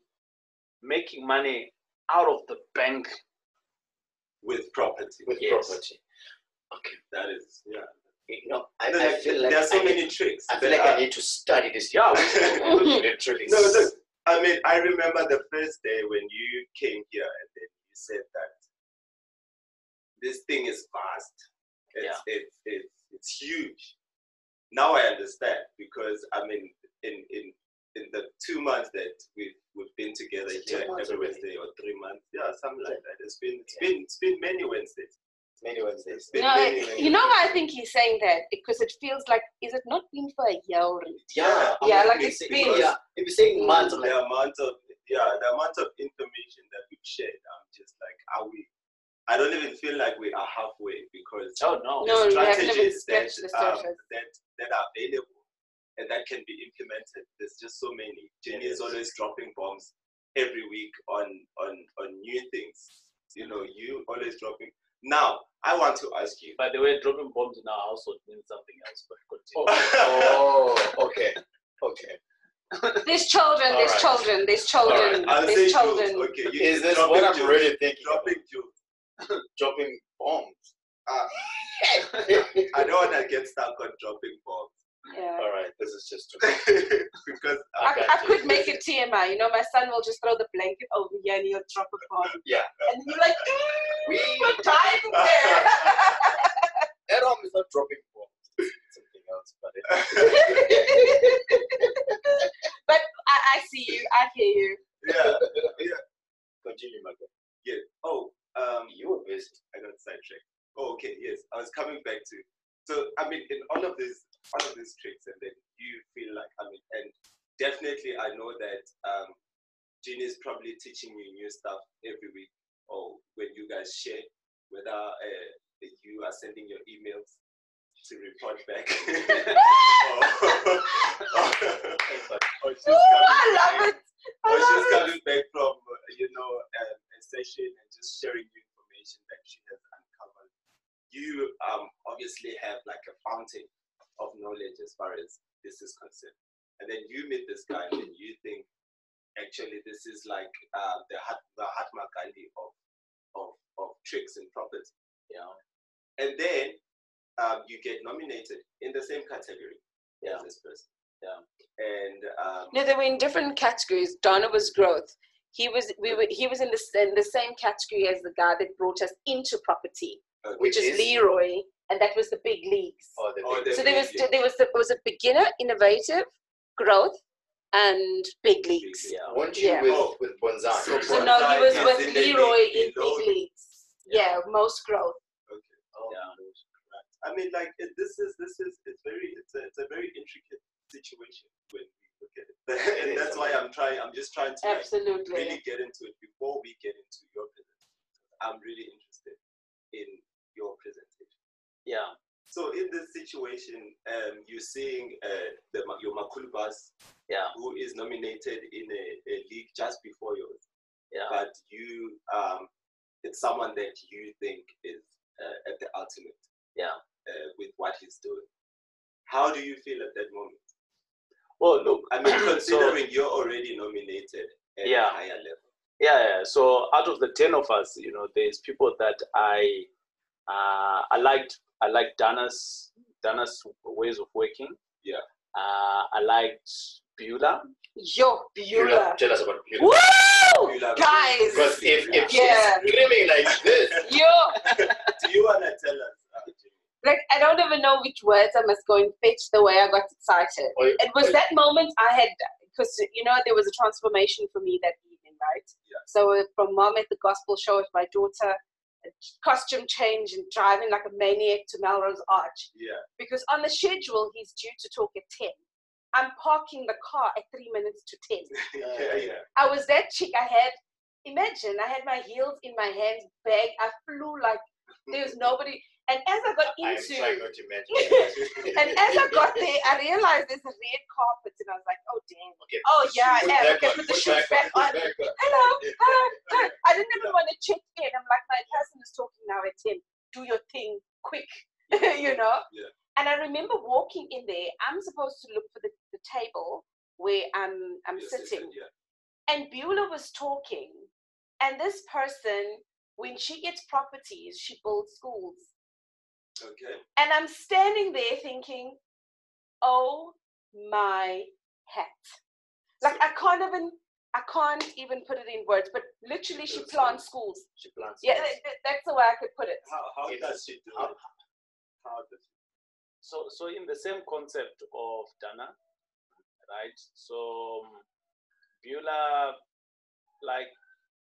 D: making money out of the bank.
B: With property.
C: With
D: Yes.
C: property. Okay.
B: That is yeah.
C: You know, I,
B: No,
C: I feel like
B: there are so
C: I
B: many
C: Need,
B: tricks.
C: I feel
B: There
C: like
B: are-
C: I need to study this. Yeah, literally.
B: No, look, I mean, I remember the first day when you came here and then you said that this thing is vast. It's, it's, it's, it's huge. Now I understand because I mean, in, in, in the two months that we've, we've been together
C: Is it
B: here
C: two months
B: every
C: already?
B: Wednesday or three months, yeah, something like that. It's been, it's
C: Yeah.
B: been, it's been many Wednesdays.
C: Many Wednesdays.
B: Been
E: No,
B: many,
E: I-
B: many
E: you know
B: Wednesdays.
E: why I think he's saying that? Because it feels like, is it not been for a year already?
C: Yeah, I'm
E: Yeah,
C: not
E: like
C: gonna
E: it's
C: say-
E: been-
C: because Yeah, if you're saying months, I'm like,
B: the amount of yeah the amount of information that we've shared i'm just like are we i don't even feel like we are halfway because
D: Oh, no.
E: No, we have never
B: strategies that,
E: scratched the
B: um,
E: surface.
B: that that are available and that can be implemented there's just so many jenny is always dropping bombs every week on on on new things you know you always dropping now i want to ask you
D: By the way, dropping bombs in our household means something else, but continue.
C: oh, okay, okay. um,
E: There's children, there's
C: Alright.
E: children, there's children,
B: I'll say
E: there's
B: jewels.
E: children.
B: okay you
C: Is this
B: dropping
C: what I'm
B: jewels,
C: really thinking? Dropping,
B: dropping jewels.
C: dropping bombs.
B: Ah. i
C: All
B: don't want to get stuck on dropping bombs
E: Yeah.
C: right, this is just too.
B: because
E: I,
B: uh,
C: Okay.
E: I could make it TMI. You know, my son will just throw the blanket over here and he'll drop a bomb.
C: Yeah.
E: And you're like, mm, we're dying there.
C: At home is not dropping bombs. It's something else, but it,
B: Oh, um, Yes, I got sidetracked. Oh, okay, yes, I was coming back to. So I mean, in all of these, all of these tricks, and then you feel like I mean, and definitely I know that um, Jean is probably teaching you new stuff every week, or when you guys share, whether uh, you are sending your emails to report back, or, or, or she's
E: Ooh,
B: coming
E: I
B: back
E: love it. I
B: or
E: love
B: she's
E: it.
B: coming back from uh, you know um, a session and just sharing new information that she has uncovered. You um, obviously have like a fountain of knowledge as far as this is concerned, and then you meet this guy and then you think actually this is like uh, the Hat- the Hatma Gandhi of, of of tricks and profits,
C: Yeah.
B: and then um, you get nominated in the same category
C: Yeah.
B: as this person.
C: Yeah.
B: and um,
F: No, they were in different categories. Donna was growth. He was we were he was in the, s- in the same category as the guy that brought us into property,
B: okay.
F: which is
C: is?
F: Leroy, and that was the big leagues.
C: Or Oh, the
B: Or
C: big-
F: so there was
B: Definitely.
F: there was the, was a beginner, innovative, growth, and big leagues.
C: yeah. Weren't you
F: Yeah.
C: with with Bonzan?
B: So
F: So
B: Bonzai
F: no, he was
B: is
F: with
B: in the league
F: Leroy in
B: below
F: big
B: you.
F: leagues. Yeah, most growth.
C: Oh,
B: Yeah. I mean, like it, this is this is it's very it's a, it's a very intricate situation when we look at it, and
C: It is,
B: that's why I'm trying. I'm just trying to like,
F: Absolutely.
B: really get into it before we get into your presentation. I'm really interested in your presentation.
C: Yeah.
B: So in this situation, um, you're seeing uh, the, Ma- your Makulubas,
C: Yeah.
B: who is nominated in a, a league just before yours,
C: Yeah.
B: but you um, it's someone that you think is uh, at the ultimate
C: Yeah.
B: uh, with what he's doing. How do you feel at that moment?
D: Well, look,
B: I mean,
D: so,
B: considering you're already nominated at
D: Yeah.
B: a higher level.
D: yeah, yeah. So out of the ten of us, you know, there's people that I uh, I liked. I liked Dana's Dana's ways of working.
B: Yeah.
D: Uh, I liked Beulah.
F: Yo,
C: You're
F: Beulah.
C: not jealous about Beulah.
F: Woo!
B: You love-
F: Guys!
C: Because if, if
F: Yeah.
C: she's screaming like this,
F: Yo!
B: Do you want to tell us? uh, Jimmy?
F: Like, I don't even know which words I must go and fetch the way I got excited.
C: or,
F: It was that moment I had, because, you know, there was a transformation for me that evening, right?
B: Yeah.
F: So uh, from mom at the gospel show with my daughter, costume change and driving like a maniac to Melrose Arch.
B: Yeah.
F: because on the schedule he's due to talk at 10. I'm parking the car at three minutes to 10.
B: yeah, yeah.
F: I was that chick. I had, imagine, I had my heels in my hands, bag. I flew like there was nobody. And as I got
C: I'm
F: into,
C: trying not to imagine.
F: and as I got there, I realized there's a red carpet, and I was like, oh damn.
C: Okay,
F: Oh yeah, I
C: put back on,
F: am. Okay, put the
C: put
F: shoes
C: back
F: back
C: on,
F: on.
C: put back on.
F: Hello, hello, hello. I didn't even want to check in. I'm like, my person is talking now at 10. Do your thing quick, you know?
B: Yeah.
F: And I remember walking in there. I'm supposed to look for the, the table where I'm, I'm
B: Yes, yes,
F: sitting.
B: yes, yeah.
F: And Beulah was talking. And this person, when she gets properties, she builds schools.
B: Okay.
F: And I'm standing there thinking, oh my hat. Like I can't even I can't even put it in words, but literally she
B: That's
F: plants schools.
C: She plants.
F: Yeah,
C: seeds.
F: that- that- that's the way I could put it.
B: How, how
C: Yes.
B: does she do
C: How-
B: it? How does
D: So, so in the same concept of Dana, right? So, um, Beulah, like,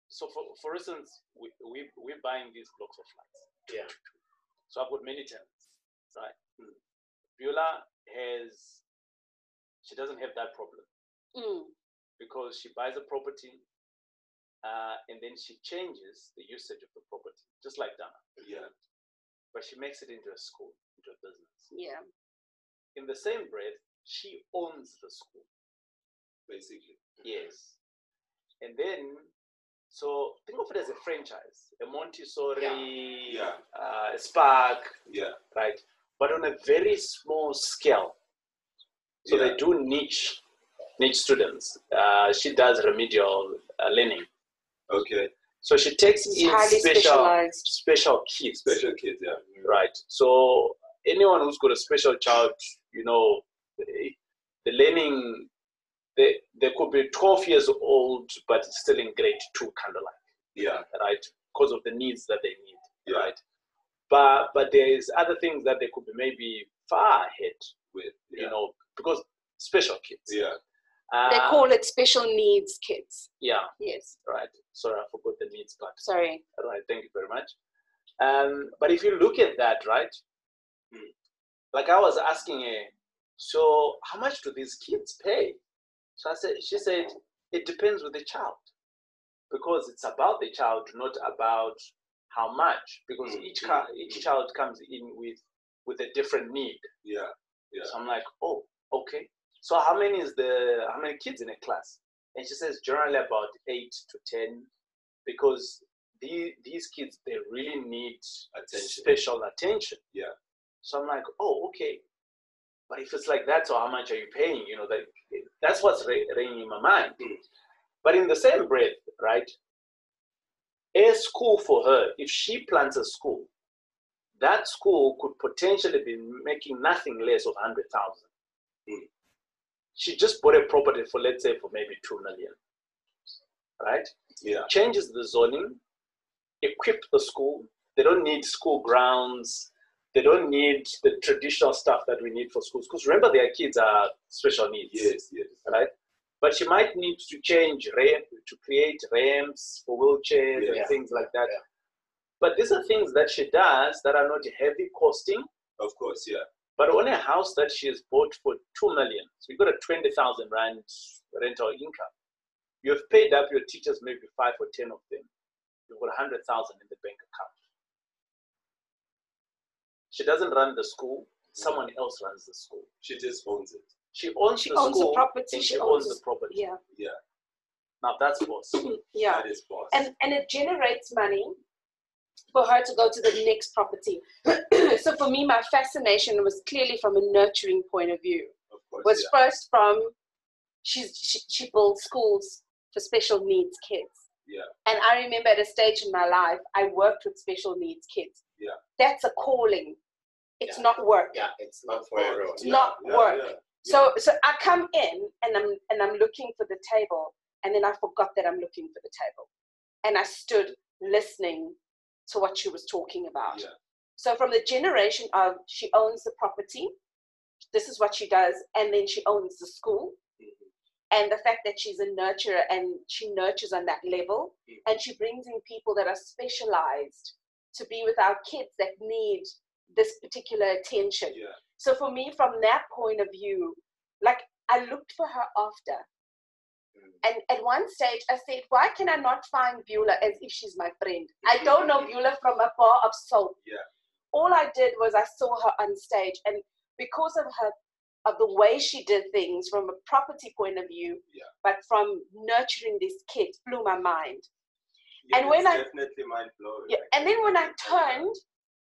D: so for, for instance, we, we, we're buying these blocks of flats.
C: Yeah.
D: So I've got many tenants, right? Hmm. Beulah has, she doesn't have that problem
F: Mm.
D: because she buys a property uh, and then she changes the usage of the property, just like Dana,
B: Yeah.
D: but she makes it into a school, into a business.
F: Yeah.
D: In the same breath, she owns the school.
B: Basically.
D: Yes. And then, so think of it as a franchise, a Montessori,
B: Yeah.
D: Uh, a Spark,
B: Yeah.
D: right? But on a very small scale. So
B: yeah.
D: they do niche, niche students. Uh, she does remedial uh, learning.
B: Okay.
D: So she takes
F: It's
D: in
F: highly
D: special,
F: specialized.
D: special kids,
B: Special kids. Yeah.
D: right? So anyone who's got a special child, you know, eh, the learning, they, they could be 12 years old, but still in grade two, kind of like
B: Yeah.
D: right? Because of the needs that they need,
B: Yeah.
D: right? But but there is other things that they could be maybe far ahead with,
B: Yeah.
D: you know, because special kids.
B: Yeah.
D: Uh,
F: They call it special needs kids.
D: yeah,
F: Yes.
D: right. Sorry, I forgot the needs part.
F: Sorry.
D: All right, thank you very much. Um, but if you look at that, right? hmm,
B: Mm.
D: Like I was asking her, so how much do these kids pay? So I said, she said, it depends with the child, because it's about the child, not about how much, because
B: Mm,
D: each
B: mm,
D: ca- each
B: mm.
D: child comes in with with a different need.
B: Yeah. Yeah.
D: So I'm like, oh, okay. So how many is the how many kids in a class? And she says generally about eight to ten, because the, these kids they really need
B: Attention.
D: special attention.
B: Yeah.
D: So I'm like, oh, okay. But if it's like that, so how much are you paying? You know, that that's what's ra- ringing in my mind.
B: Mm.
D: But in the same breath, right? A school for her, if she plants a school, that school could potentially be making nothing less of 100,000.
C: Hmm.
B: Mm.
D: She just bought a property for, let's say, for maybe 2 million. Right?
B: Yeah.
D: Changes the zoning, equip the school. They don't need school grounds. They don't need the traditional stuff that we need for schools. Because remember, their kids are special needs
B: Yes. Yes.
D: right? But she might need to change ramp to create ramps for wheelchairs and
C: Yeah.
D: things like that.
C: Yeah.
D: But these are things that she does that are not heavy costing.
B: Of course. Yeah.
D: But on a house that she has bought for two million, so you got a twenty thousand rand rental income. You have paid up your teachers maybe five or ten of them. You've got a hundred thousand in the bank account. She doesn't run the school. Someone else runs the school.
B: She just owns it.
D: She owns
F: She
D: the
F: owns the
D: school
F: property,
D: and
F: she
D: she
F: owns
D: owns the
F: the-
D: property.
F: Yeah.
D: Now that's boss.
F: Yeah.
B: That is boss.
F: And and it generates money for her to go to the next property. so for me, my fascination was clearly from a nurturing point of view.
B: of course.
F: Was first from she's she, she builds schools for special needs kids.
B: yeah.
F: And I remember at a stage in my life, I worked with special needs kids.
B: Yeah.
F: That's a calling. It's
C: Yeah.
F: not work.
C: Yeah, it's
B: Yeah.
C: not for everyone.
F: It's not work.
B: Yeah.
F: So so I come in and I'm and I'm looking for the table and then I forgot that I'm looking for the table. And I stood listening to what she was talking about.
B: Yeah.
F: So from the generation of she owns the property, this is what she does, and then she owns the school. And the fact that she's a nurturer and she nurtures on that level,
B: Mhm.
F: and she brings in people that are specialized to be with our kids that need this particular attention.
B: Yeah.
F: So for me, from that point of view, like I looked for her after.
B: Mm.
F: And at one stage, I said, Why can I not find Beulah as if she's my friend? I don't know Beulah from a bar of soap.
B: Yeah.
F: All I did was I saw her on stage, and because of her, of the way she did things from a property point of view,
B: Yeah.
F: but from nurturing these kids, blew my mind.
B: Yeah,
F: And when
B: it's
F: I-
B: definitely mind blowing.
F: Yeah. And then when I turned,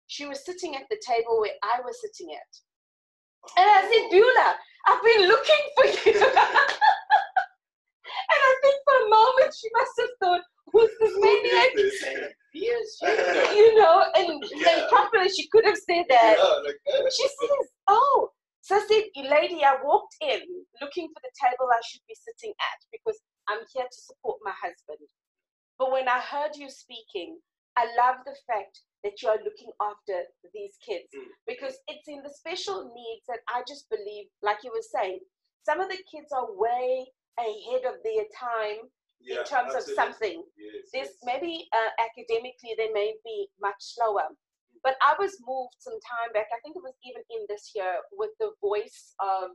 F: she was sitting at the table where I was sitting at. And I said, Beulah, I've been looking for you. and I think for a moment she must have thought, who's
B: Oh,
F: this maniac?
C: Yes,
F: You know, and,
B: Yeah.
F: and properly she could have said that. She says, oh. So I said, lady, I walked in looking for the table I should be sitting at because I'm here to support my husband. But when I heard you speaking, I love the fact that you are looking after these kids
B: Mm.
F: because it's in the special needs that I just believe, like you were saying, some of the kids are way ahead of their time
B: yeah,
F: in terms
B: absolutely.
F: of something
B: Yes,
F: this
B: yes.
F: maybe uh, academically they may be much slower but i was moved some time back i think it was even in this year with the voice of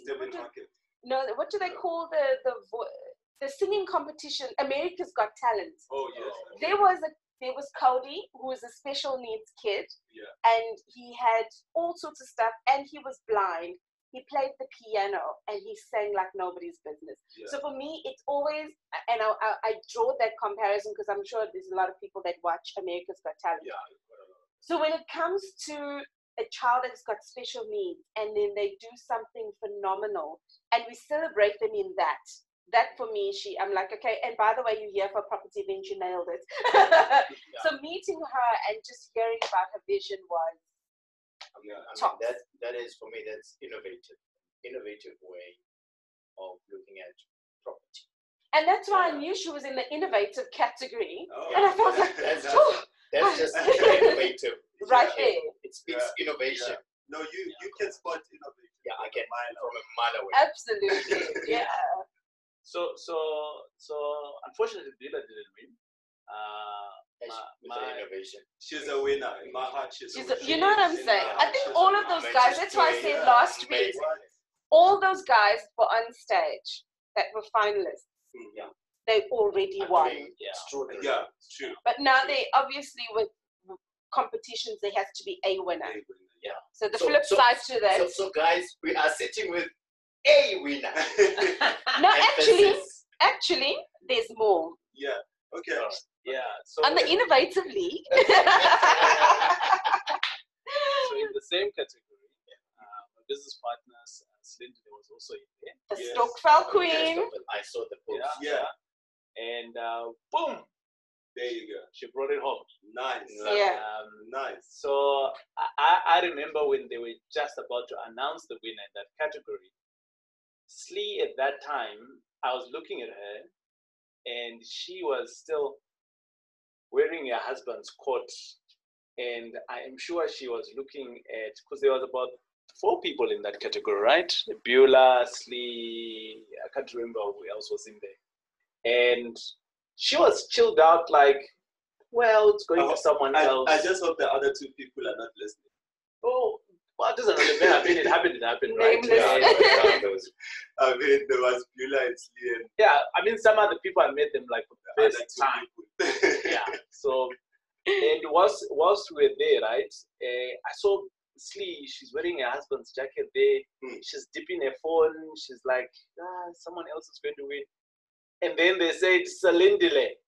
B: Stephen
F: what do-
B: Hawking.
F: no what do they call the the vo- the singing competition america's got talent
B: Oh yes.
F: there was a there was cody who was a special needs kid
B: Yeah.
F: and he had all sorts of stuff and he was blind he played the piano and he sang like nobody's business
B: Yeah.
F: so for me, it's always, and I, I, I draw that comparison because I'm sure there's a lot of people that watch America's Got Talent.
B: Yeah.
F: So when it comes to a child that's got special needs and then they do something phenomenal and we celebrate them in that, that for me, she, I'm like, okay, and by the way, you're here for property event, you nailed it. So meeting her and just hearing about her vision was,
C: Yeah, I mean,
F: Tops.
C: that, that is, for me, that's innovative. Innovative way of looking at property.
F: and that's why I
C: Yeah.
F: knew she was in the innovative category.
B: Oh.
F: And I felt like,
C: That's
B: Yeah.
F: oh,
C: That's just innovative.
F: right
C: Yeah.
F: there.
C: It's, it's innovation.
B: Yeah. No, you you can spot innovation.
C: Yeah, I
B: from a
C: can.
B: mile
C: From
B: off.
C: a mile away.
F: Absolutely. Yeah.
D: So so so unfortunately Dila didn't win. Uh,
C: And she- with
D: My-
C: the innovation.
B: She's a winner. In my heart, she's,
E: She's
B: a
E: a-
B: winner.
E: you know what I'm saying? I think
B: She's a
E: all of
B: winner.
E: those guys, that's why I said last week, all those guys were on stage that were finalists.
B: Mm,
E: They already
C: I
E: won.
C: think
D: Yeah.
C: extraordinary.
B: Yeah, it's true.
E: But now they obviously with competitions there has to be a winner.
B: Hey,
E: So the
C: So-
E: flip
C: so-
E: side to that
C: So, so guys, we are sitting with a winner.
B: winner.
E: No actually
C: Emphasis.
E: actually there's more.
B: yeah. Okay.
D: Yeah. So,
E: On the innovative league
D: so in the same category, uh, my business partners, uh, Slindy was also in there.
E: the
B: Yes.
E: Stokefell
C: Yes,
E: Queen.
C: but I saw the post.
D: Yeah.
B: Yeah.
D: And uh, boom,
B: There you go.
D: she brought it home.
B: Nice.
E: Yeah.
D: Um,
B: Nice.
D: So I- I, I remember when they were just about to announce the winner in that category. Slee at that time, I was looking at her, and she was still wearing her husband's coat, and I am sure she was looking at because there was about four people in that category, right? Beulah, Slee, I can't remember who else was in there, and she was chilled out like. Well, it's going
B: I-
D: to someone
B: I,
D: else.
B: I just hope the other two people are not listening.
D: Oh, well, it doesn't really matter. I mean, it happened, it happened, right?
E: Nameless.
C: Yeah,
D: Yeah,
C: I
D: yeah.
C: saw those.
B: I mean, there was Beulah and Slee and
D: Yeah, I mean, some other people I met them like for
B: the
D: the
B: other two
D: first time.
B: people.
D: Yeah. So, and whilst, whilst we were there, right, uh, I saw Slee, she's wearing her husband's jacket there.
B: Hmm.
D: She's dipping her phone. She's like, ah, someone else is going to win. And then they said, Salindile.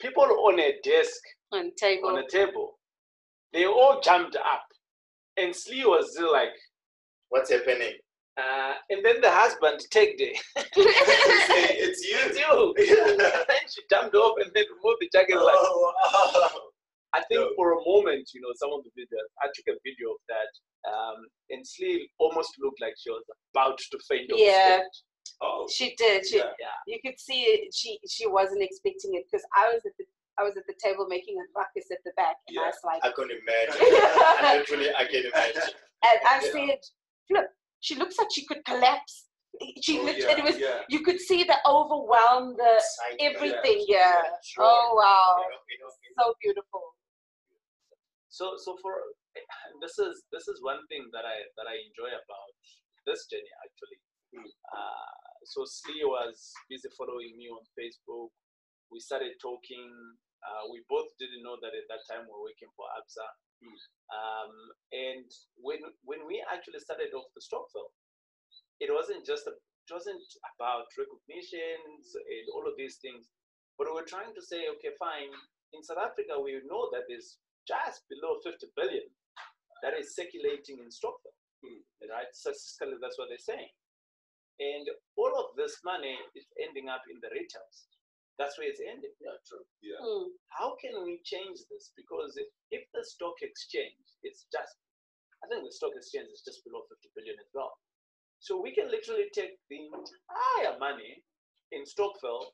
D: People on a desk
E: On
D: on
E: table.
D: a table, they all jumped up. And Slee was still like,
C: What's happening?
D: Uh, and then the husband tagged it.
B: They say, it's you.
D: It's you. and then she jumped off and then removed the jacket. Like,
B: Oh, wow.
D: I think
B: no.
D: for a moment, you know, some of the video, I took a video of that. Um, and Slee almost looked like she was about to faint. on the
E: Yeah.
D: stage.
B: Oh,
E: She did. She,
B: yeah.
D: Yeah.
E: you could see it, she she wasn't expecting it because I was at the I was at the table making a ruckus at the back and I was like
C: I couldn't imagine. I literally, I can imagine.
E: and I
B: Yeah.
E: said, look, she looks like she could collapse. She
B: Oh,
E: lit-
B: yeah,
E: it was
B: yeah.
E: you could see the overwhelm, the
C: Excitement.
E: everything, yeah.
C: Sure.
E: Oh wow.
C: You know, you know,
E: So beautiful.
D: So, so for this is this is one thing that I that I enjoy about this journey actually.
B: Mm.
D: Uh, so Slee was busy following me on Facebook. We started talking. Uh, we both didn't know that at that time we were working for Absa. Um, and when when we actually started off the Stockville, it wasn't just a, it wasn't about recognitions and all of these things, but we were trying to say, okay, fine. In South Africa, we know that there's just below 50 billion that is circulating in Stockholm,
B: Hmm.
D: right? Statistically, that's what they're saying. And all of this money is ending up in the retails. That's where it's ending. Yeah, true.
B: Yeah.
E: Mm.
D: How can we change this? Because if, if the stock exchange is just, I think the stock exchange is just below 50 billion as well. So we can literally take the entire money in Stockville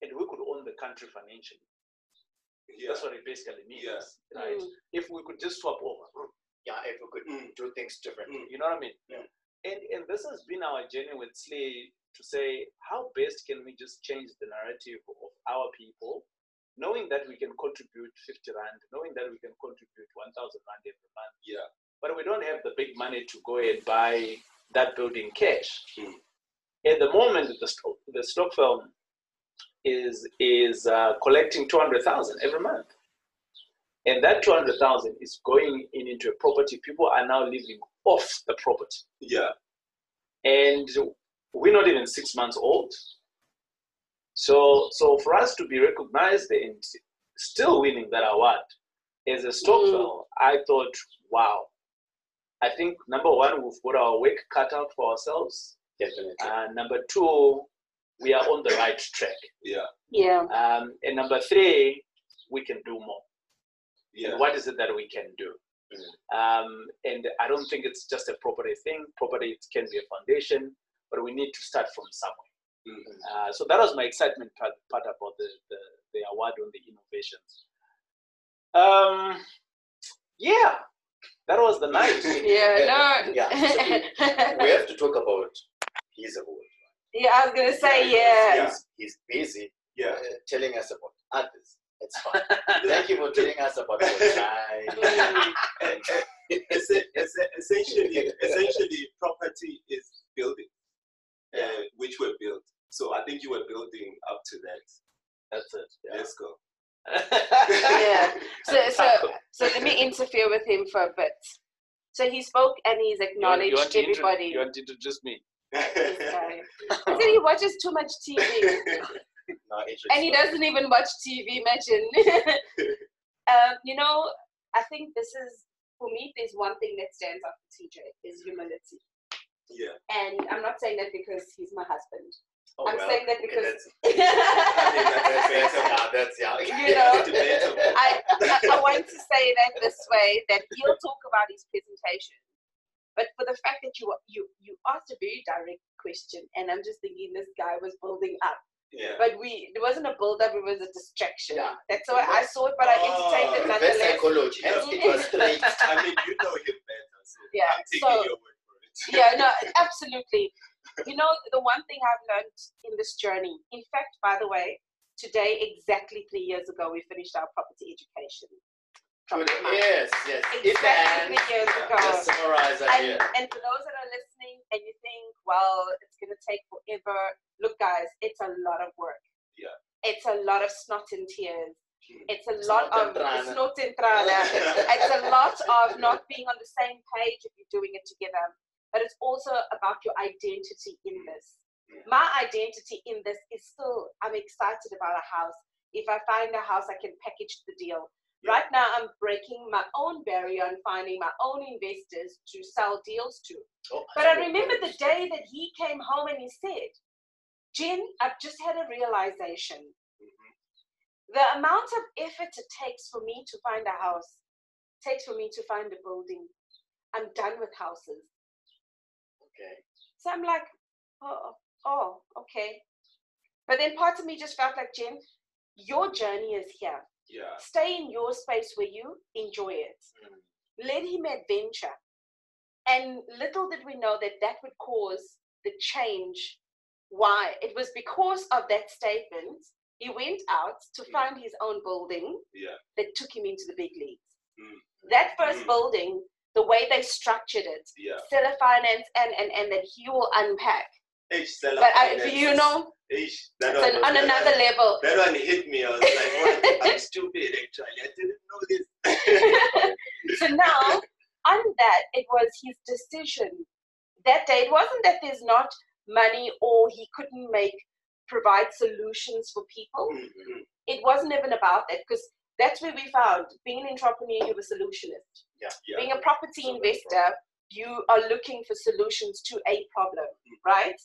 D: and we could own the country financially.
B: Yeah.
D: That's what it basically means,
B: Yeah.
D: right?
E: Mm.
D: If we could just swap over,
C: Yeah, if we could
B: Mm.
C: do things differently.
D: you know what I mean?
B: Yeah.
D: And and this has been our journey with Slay to say how best can we just change the narrative of our people, knowing that we can contribute fifty rand, knowing that we can contribute one thousand rand every month.
B: Yeah.
D: But we don't have the big money to go and buy that building cash.
B: Mm.
D: At the moment, the stock the stock firm is is uh, collecting two hundred thousand every month and that 200,000 is going in into a property people are now living off the property
B: Yeah.
D: and we're not even six months old so so for us to be recognized and still winning that award as a stock
E: Mm.
D: fellow, i thought wow i think number one we've got our work cut out for ourselves
C: Definitely.
D: uh, number two we are on the right track
B: Yeah.
E: Yeah.
D: um, and number three we can do more
B: Yeah.
D: and what is it that we can do? Um, and I don't think it's just a property thing. Property it can be a foundation, but we need to start from somewhere.
B: Mm.
D: Uh, so that was my excitement part, part about the, the, the award on the innovations. Um, yeah, that was the night.
E: Yeah, no.
C: Yeah, We have to talk about his award.
E: yeah, I was gonna say
C: Yeah,
E: yeah.
C: He's, he's busy
B: Yeah.
C: uh, telling us about others. It's fine. Thank you for telling us about your time.
E: Hmm.
B: Esse- esse- essentially, essentially, property is building, uh, which were built. So I think you were building up to that.
D: That's it.
B: Let's go.
F: Yeah. So, so, so let me interfere with him for a bit. So he spoke and he's acknowledged
D: to intro-
F: everybody.
D: you want to introduce me?
F: Okay. I said he watches too much TV.
C: No, it's
F: and he doesn't even watch TV. Imagine. um, you know, I think this is for me. There's one thing that stands out for TJ is humility,
B: yeah.
F: and I'm not saying that because he's my husband.
C: Oh,
F: I'm saying that because-
C: that's,
F: I,
C: that's better now. That's yeah.
F: You know,
B: Debatable.
F: I, I want to say that this way that he'll talk about his presentation, but for the fact that you you you asked a very direct question, and I'm just thinking this guy was building up.
B: Yeah.
F: But we, it wasn't a build up, it was a distraction.
C: Yeah.
F: That's why I saw it, but I entertained
B: Oh,
F: it
C: Reverse
F: nonetheless.
C: psychology. It was straight.
B: I mean, you know him better, so
F: Yeah,
B: I'm taking
F: so-
B: your word for it.
F: yeah, no, absolutely. You know, the one thing I've learned in this journey, in fact, by the way, today, exactly three years ago, we finished our property education.
C: Good. Yes, yes. If
F: Exactly three years
B: yeah,
F: ago.
C: Just summarize that
F: And,
C: here.
F: and for those that are listening and you think, well, it's going to take forever, look, guys, it's a lot of work.
B: Yeah.
F: It's a lot of snot and tears. It's a
C: Snot
F: lot
C: and
F: of
C: trana.
F: snot and trana. it's a lot of not being on the same page if you're doing it together. But it's also about your identity in this. My identity in this is still, I'm excited about a house. If I find a house, I can package the deal. Right now, I'm breaking my own barrier and finding my own investors to sell deals to.
C: Oh,
F: But I remember the day that he came home and he said, Jen, I've just had a realization. The amount of effort it takes for me to find a house takes for me to find a building. I'm done with houses.
C: Okay.
F: So I'm like, oh, oh, okay. But then part of me just felt like, Jen, your journey is here.
B: Yeah.
F: Stay in your space where you enjoy it.
B: Mm.
F: Let him adventure. And little did we know that that would cause the change. Why? It was because of that statement. He went out to
B: Mm.
F: find his own building
B: Yeah.
F: that took him into the big leagues.
B: Mm.
F: That first
B: Mm.
F: building, the way they structured it,
B: Yeah.
F: seller finance, and, and, and that he will unpack.
B: H seller.
F: But I,
B: finances.
F: you know,
B: H, that
F: it's an,
B: one-
F: on another level.
B: That one hit me. I was like, what? I'm stupid, actually. I didn't know this.
F: So now, on that, it was his decision that day. It wasn't that there's not money or he couldn't make provide solutions for people.
B: Mhm.
F: It wasn't even about that because that's where we found being an entrepreneur, you're a solutionist.
C: Yeah,
B: yeah.
F: Being a property investor, you are looking for solutions to a problem,
B: Mm-hmm.
F: right?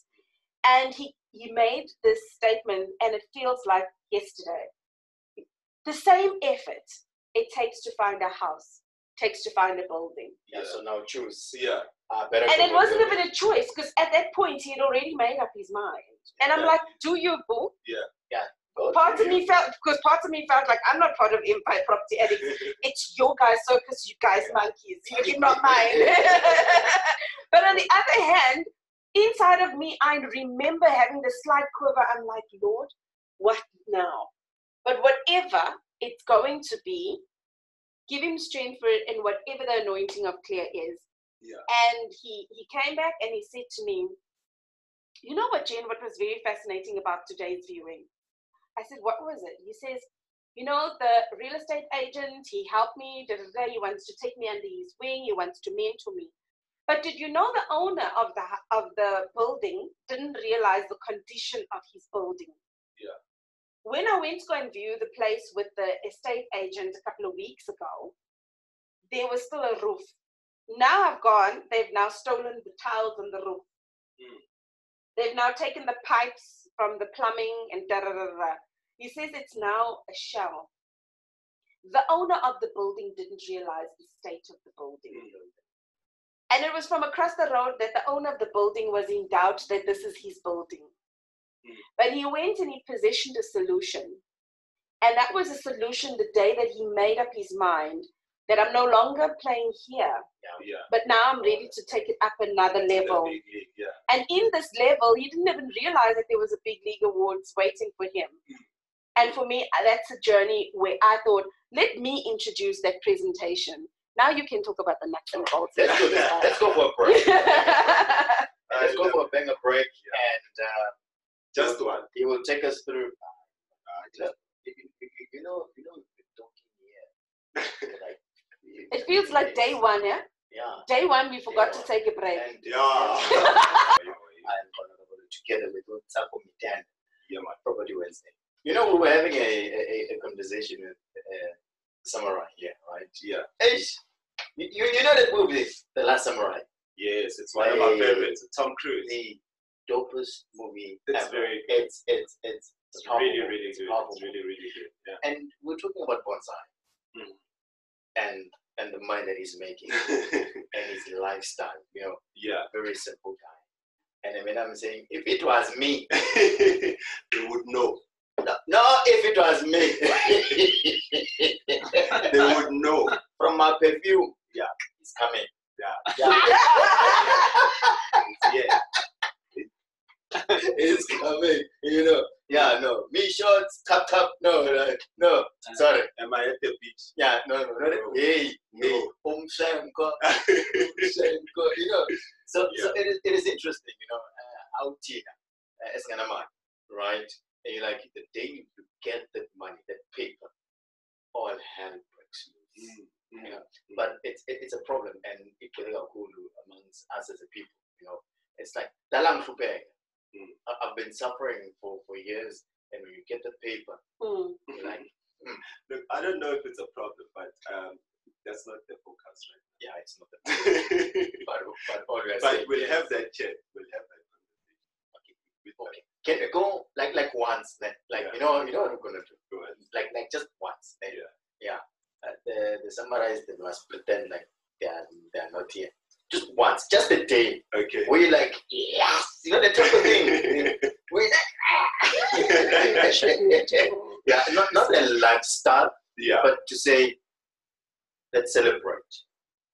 F: And he, he made this statement, and it feels like yesterday. The same effort it takes to find a house, takes to find a building.
C: Yeah, so now choose.
B: Yeah.
C: Uh, better
F: And
C: go
F: it
C: with
F: wasn't
C: your-
F: even a choice because at that point he had already made up his mind. And I'm
B: Yeah.
F: like, do you, boo?
C: go to
F: Part of
C: you.
F: me felt, because part of me felt like I'm not part of Empire Property Addicts. It's your guys' circus, you guys' monkeys. You're not mine. but on the other hand, inside of me, I remember having the slight quiver. I'm like, Lord, what now? But whatever it's going to be, give him strength for it and whatever the anointing of clear is.
B: Yeah.
F: And he, he came back and he said to me, You know what, Jen, what was very fascinating about today's viewing? I said, What was it? He says, You know, the real estate agent, he helped me, da, da, da, he wants to take me under his wing, he wants to mentor me. But did you know the owner of the hu- of the building didn't realize the condition of his building?
B: Yeah.
F: When I went to go and view the place with the estate agent a couple of weeks ago, there was still a roof. Now I've gone, they've now stolen the tiles on the roof.
B: Mm.
F: They've now taken the pipes from the plumbing and da da da da. da. He says it's now a shell. The owner of the building didn't realize the state of the building. And it was from across the road that the owner of the building was in doubt that this is his building.
B: Mm.
F: But he went and he positioned a solution. And that was a solution the day that he made up his mind that I'm no longer playing here,
B: yeah.
F: but now I'm ready to take it up another level.
B: Big league, Yeah.
F: And in this level, he didn't even realize that there was a big league awards waiting for him. And for me, uh, that's a journey where I thought, let me introduce that presentation. Now you can talk about the nuts and bolts.
C: Let's do this. Let's go for a break. Let's go for a banger break, and uh,
B: Just one.
C: he will take us through. Uh, just, if you, if you, you know, you know, you've been talking here. like, you-
F: it feels like day one, yeah?
C: Yeah.
F: Day one, we forgot to take a break.
C: And uh,
B: Yeah.
C: I'm honorable together with Utsapo Mitan. Yeah, my property Wednesday. You know, we were having a, a, a- a conversation with uh, Samurai here, right?
B: Yeah.
C: Eish, you, you you know that movie, The Last Samurai?
B: Yes, it's one of my
C: Hey.
B: favorites. Tom Cruise.
C: The dopest movie
B: It's
C: ever.
B: very-
C: It's, it's, it's,
B: It's
C: powerful.
B: really, really
C: It's
B: good.
C: powerful.
B: It's really, really good. Yeah.
C: And we're talking about bonsai.
B: Mm.
C: And, and the money that he's making and his lifestyle, you know,
B: yeah.
C: very simple guy. And I mean, I'm saying, if it was me,
B: they would know.
C: no, no, if it was me,
B: They would know.
C: from my perfume,
B: Yeah.
C: it's coming.
B: Yeah.
C: Yeah,
B: Yeah.
C: it's coming. You know, yeah, no, me shorts, cup, cup, no, no, no, sorry,
B: Am I at the beach?
C: yeah, no, no, no, no. hey, hey,
B: No.
C: um, shanko, shanko, you know. So, so it is, it is interesting, you know, uh, out here, uh, as Ghanaman, right? And you're like, the day you get that money, that paper, all hell breaks loose.
B: Mm,
C: You know, but it's it, it's a problem, and it can Kulu amongst us as a people. You know, it's like dalang mm.
B: Mm.
C: I've been suffering for for years, and when you get the paper,
F: Mm.
C: you're like,
B: Look, I don't know if it's a problem, but um, that's not the focus
C: yeah, it's not the
B: right now.
C: but but all we are
B: but
C: saying
B: we'll
C: is,
B: have that chat. We'll have that conversation.
C: Okay, okay. Can we go like like once, like like you know you know what I'm gonna do,
B: Go ahead.
C: like like just once. Like,
B: Yeah.
C: yeah. Uh, the the summarized they must pretend like they are they are not here. Just once, just a day.
B: Okay.
C: Where you like yes, you know the type of thing. Where you like, ah. Yeah, not, not a lifestyle,
B: yeah.
C: but to say, let's celebrate.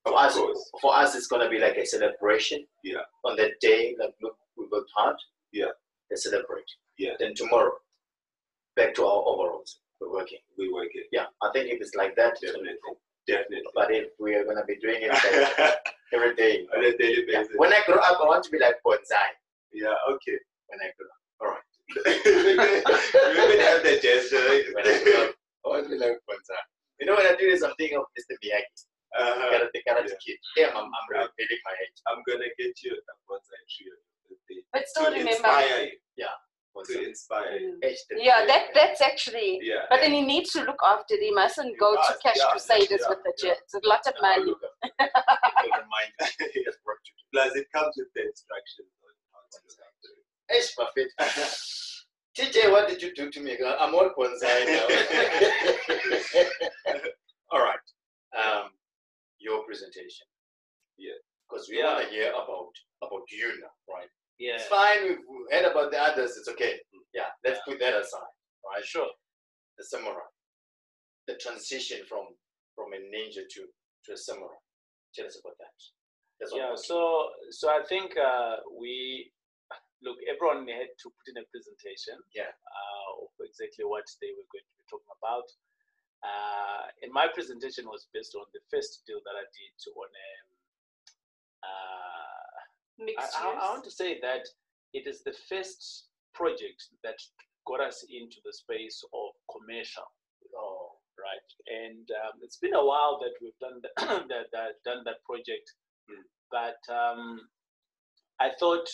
C: For
B: Of
C: us,
B: course.
C: for us, it's gonna be like a celebration.
B: Yeah.
C: On that day, like look, we worked hard.
B: Yeah.
C: Let's celebrate.
B: Yeah.
C: Then tomorrow, back to our overalls. We're working.
B: We work it.
C: Yeah. I think if it's like that, it's gonna be
B: Definitely.
C: cool.
B: Definitely.
C: But if we are gonna be doing it like
B: On
C: every day,
B: a daily
C: yeah.
B: basis.
C: when I grow up, I want to be like bonsai.
B: Yeah, okay.
C: When I grow up,
B: we will have the
C: when I grow
B: gesture.
C: up, I want to be Oh, like bonsai. You know, when I do this, I'm thinking of Mr. Miyagi.
B: Uh-huh.
C: Karate, karate
B: Yeah.
C: kid. Damn, I'm, I'm
B: Right.
C: revealing my age.
B: I'm gonna get you a bonsai tree on your birthday
F: But still
B: to
F: remember.
B: inspire you.
C: What's
B: To
C: it?
B: inspire you.
F: Mm.
C: Age difference.
F: Yeah, that that's actually.
B: Yeah.
F: But then you need to look after them. You mustn't go to
B: must,
F: cash
B: yeah,
F: crusaders
B: yeah,
F: with the
B: yeah.
F: jet. It's a lot of
C: I
F: money.
C: look up. Keep in mind, there's work to do.
B: Plus, it comes with the instructions on how to do that.
C: Age perfect. TJ, what did you do to me? girl? I'm all bonsai now. all right. Um, your presentation.
B: Yeah.
C: Because we
D: Yeah.
C: want to hear about about you now, right?
D: Yeah.
C: It's fine. We've we've heard about the others. It's okay. Yeah. Let's put that aside. Right.
D: Sure.
C: the samurai, the transition from from a ninja to to a samurai. Tell us about that. That's what
D: yeah
C: I'm
D: so so i think uh, we look everyone had to put in a presentation
C: Yeah.
D: uh, of exactly what they were going to be talking about uh, and my presentation was based on the first deal that i did on um, uh, I,
F: Mixed
D: I- I
F: use.
D: want to say that it is the first project that got us into the space of commercial
C: Oh,
D: right? And um, it's been a while that we've done that, that, that done that project,
F: Hmm.
B: Mm.
D: but um, I thought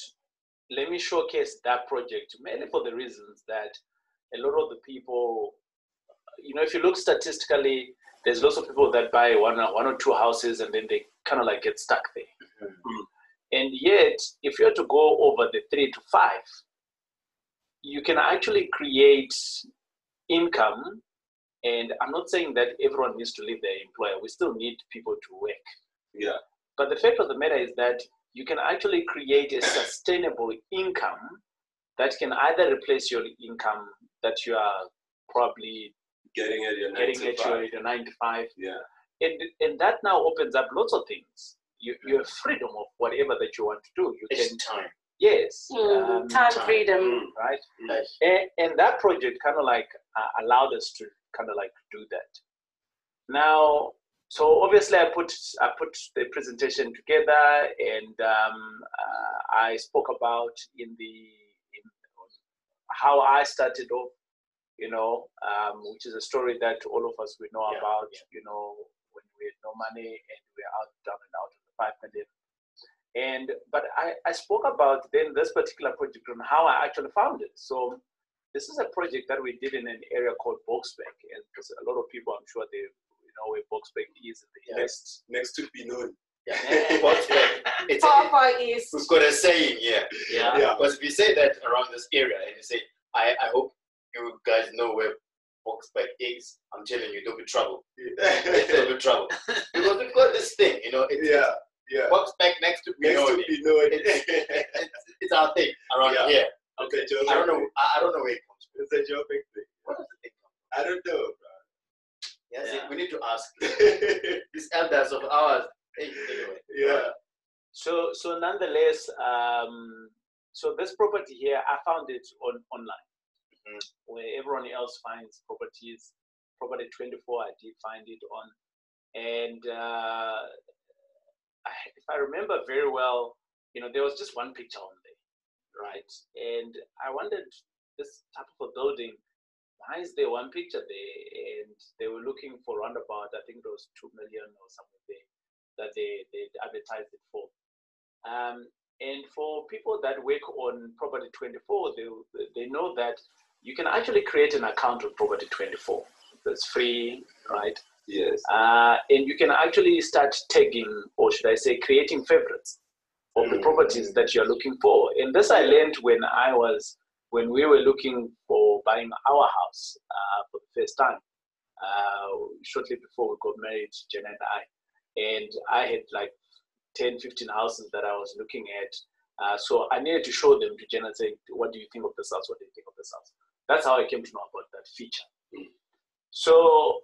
D: let me showcase that project mainly for the reasons that a lot of the people, you know, if you look statistically, there's lots of people that buy one or, one or two houses and then they kind of like get stuck there. And yet, if you are to go over the three to five, you can actually create income. And I'm not saying that everyone needs to leave their employer. We still need people to work.
B: Yeah.
D: But the fact of the matter is that you can actually create a sustainable income that can either replace your income that you are probably
B: Getting at your nine
D: getting
B: to
D: at your,
B: five.
D: your nine to five
B: Yeah.
D: and and that now opens up lots of things. You you have freedom of whatever that you want to do. You
C: it's
D: can
C: time.
D: yes,
F: Mm,
D: um,
F: time
C: time.
F: freedom.
B: Mm.
D: right?
C: Yes.
D: And, and that project kind of like uh, allowed us to kind of like do that. Now, so obviously I put I put the presentation together and um, uh, I spoke about in the in how I started off, you know, um, which is a story that all of us we know
C: Yeah,
D: about, you know, when we had no money and we were out down and out of the five million. And but I, I spoke about then this particular project and how I actually found it. So this is a project that we did in an area called Boxbank, and there's a lot of people I'm sure they you know where Boxbank is in the
B: Yeah.
D: East.
B: Next to Binoni.
C: Yeah.
B: What's
C: It's
E: Far,
C: a,
E: far east.
C: we've got a saying here.
D: Yeah.
B: Yeah.
C: Because if you say that around this area and you say, I, I hope you guys know where Boxback is, I'm telling you, there'll be trouble. There'll be trouble. Because we've got this thing, you know, it's
B: yeah, yeah.
C: Boxback next to
B: Next
C: Benoni.
B: to Binoni.
C: It's- it's our thing around
B: Yeah.
C: here.
B: okay, Joe.
C: I don't know. I, I don't know where it comes
B: It's a joke thing.
C: from. What does it come
B: I don't know,
C: from? Yeah, see,
D: Yeah.
C: we need to ask
B: bro.
C: these elders of ours. Hey, anyway.
B: yeah.
D: So so nonetheless, um, so this property here I found it on online,
C: Mhm.
D: where everyone else finds properties. Property 24 I did find it on, and uh, I- if I remember very well, you know there was just one picture on there, right? And I wondered this type of a building. Why is there one picture there? And they were looking for round about, I think it was two million or something there that they, they advertised it for. Um, and for people that work on Property 24, they, they know that you can actually create an account on Property 24. That's free, right?
B: Yes.
D: Uh, and you can actually start tagging, or should I say, creating favorites of the
C: Mm.
D: properties that you're looking for. And this I learned when I was, when we were looking for buying our house uh, for the first time, uh, shortly before we got married, Jen and I. And I had like 10, 15 houses that I was looking at. Uh, so I needed to show them to Jen and say, what do you think of this house? What do you think of this house? That's how I came to know about that feature. So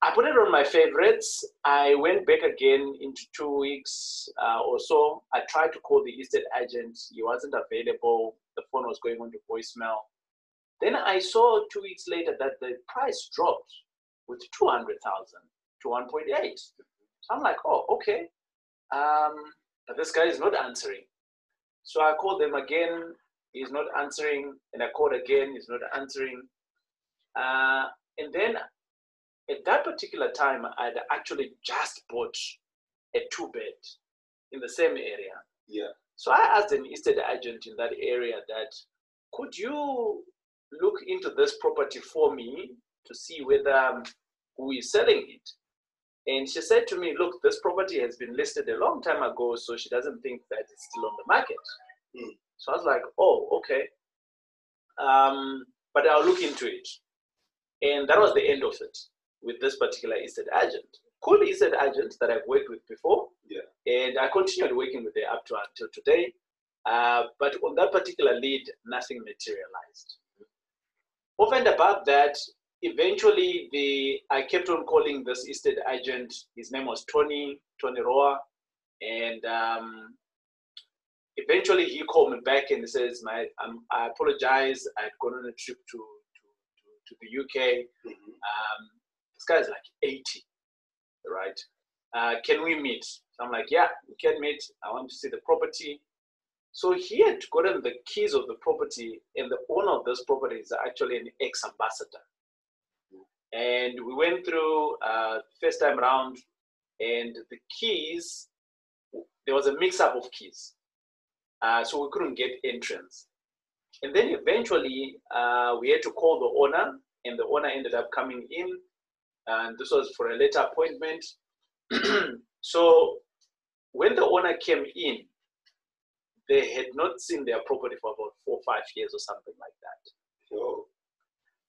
D: I put it on my favorites. I went back again into two weeks uh, or so. I tried to call the estate agent. He wasn't available. The phone was going on to voicemail. Then I saw two weeks later that the price dropped with 200,000 to 1.8. So I'm like, oh, okay. Um, but this guy is not answering. So I called them again. He's not answering. And I called again. He's not answering. Uh, and then at that particular time, I'd actually just bought a two bed in the same area.
B: Yeah.
D: So I asked an estate agent in that area that, could you look into this property for me to see whether um, who is selling it? And she said to me, look, this property has been listed a long time ago, so she doesn't think that it's still on the market.
B: Hmm.
D: So I was like, oh, okay. Um, but I'll look into it. And that was the end of it with this particular estate agent. Cool estate agent that I've worked with before.
B: Yeah.
D: And I continued working with them up to until today. Uh, but on that particular lead, nothing materialized. Over and above that, eventually the I kept on calling this estate agent. His name was Tony, Tony Roa. And um, eventually he called me back and he says, My um, I apologize, I'd gone on a trip to to, to, to the UK
B: Mhm.
D: um, this guy's like 80, right? Uh, can we meet? I'm like, yeah, we can meet. I want to see the property. So he had gotten the keys of the property, and the owner of this property is actually an ex ambassador. And we went through uh, first time round, and the keys, there was a mix up of keys. Uh, so we couldn't get entrance. And then eventually, uh, we had to call the owner, and the owner ended up coming in. And this was for a later appointment. so when the owner came in, they had not seen their property for about four or five years or something like that.
B: Oh,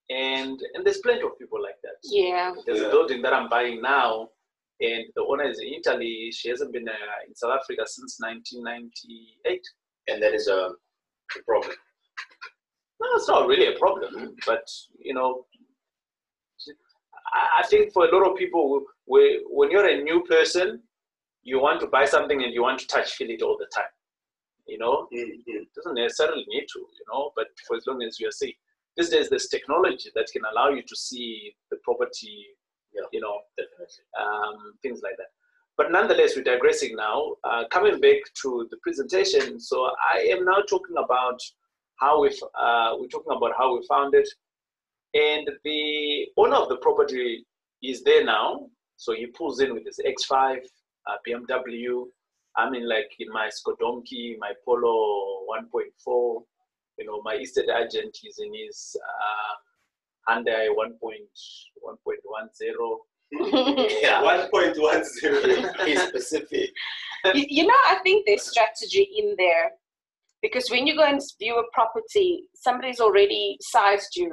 D: And and there's plenty of people like that.
F: Yeah.
D: There's
B: Yeah.
D: a building that I'm buying now, and the owner is in Italy. She hasn't been uh, in South Africa since 1998.
C: And that is um, a problem.
D: No, it's not really a problem, but you know, I I think for a lot of people, who- where- when you're a new person, you want to buy something and you want to touch feel it all the time. You know,
B: mm, mm.
D: it doesn't necessarily need to, you know, but for as long as you're safe. These days, there's technology that can allow you to see the property,
C: Yeah.
D: you know, um, things like that. But nonetheless, we're digressing now. Uh, coming back to the presentation, so I am now talking about how we f- uh, we're talking about how we found it, and the owner of the property is there now. So he pulls in with his X5, uh, BMW. I mean, like in my Skodomki, my Polo 1.4. You know, my Eastern agent is in his uh, Hyundai 1.1.10.
C: Yeah.
B: 1.10.
C: He's specific.
F: you, you know, I think there's strategy in there because when you go and view a property, somebody's already sized you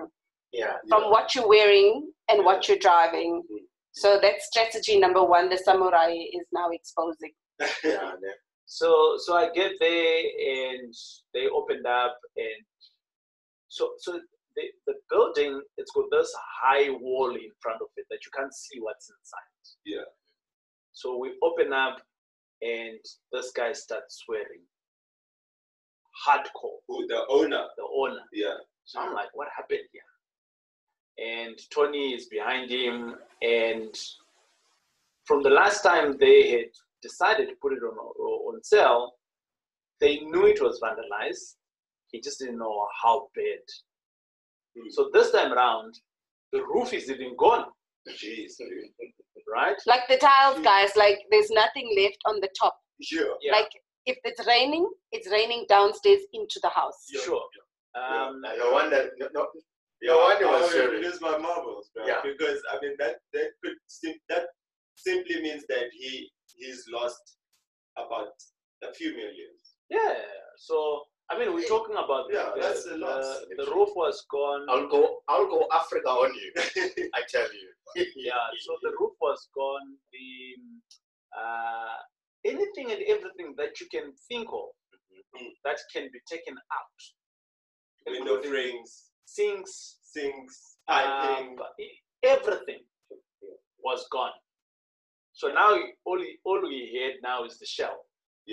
C: Yeah.
F: from what you're wearing and what you're driving.
D: Mm-hmm.
F: So that's strategy number one. The samurai is now exposing.
C: Yeah. yeah.
D: so so i get there and they opened up and so so the, the building it's got this high wall in front of it that you can't see what's inside
B: Yeah.
D: so we open up and this guy starts swearing hardcore
B: Who, the owner?
D: the owner
B: Yeah.
D: so I'm like, what happened here? And Tony is behind him. And from the last time they had decided to put it on, on sale, they knew it was vandalized. He just didn't know how bad.
B: Hmm.
D: So this time around, the roof is even gone,
B: Jeez. dude.
D: right?
F: Like the tiles, guys, like there's nothing left on the top.
B: Yeah.
D: Mm. Yeah,
F: Like if it's raining, it's raining downstairs into the house.
B: Yeah.
D: sure. Um,
C: No wonder. No, no,
B: Yeah,
C: no wonder
B: I
C: was
B: will
C: sharing.
B: lose my marbles, bro.
C: Yeah.
B: Because I mean that that could sim- that simply means that he he's lost about a few million.
D: yeah. So, I mean, we're talking about
B: Yeah,
D: the,
B: that's a
D: the,
B: lot.
D: the roof was gone.
C: I'll go. I'll go Africa on you. I tell you.
D: yeah so the roof was gone the uh, anything and everything that you can think of that can be taken out
B: Mm-hmm. Window
D: Including
B: frames,
D: sinks
B: sinks,
C: Ah,
D: uh,
B: piping.
D: everything was gone so now all he, all we had now is the shell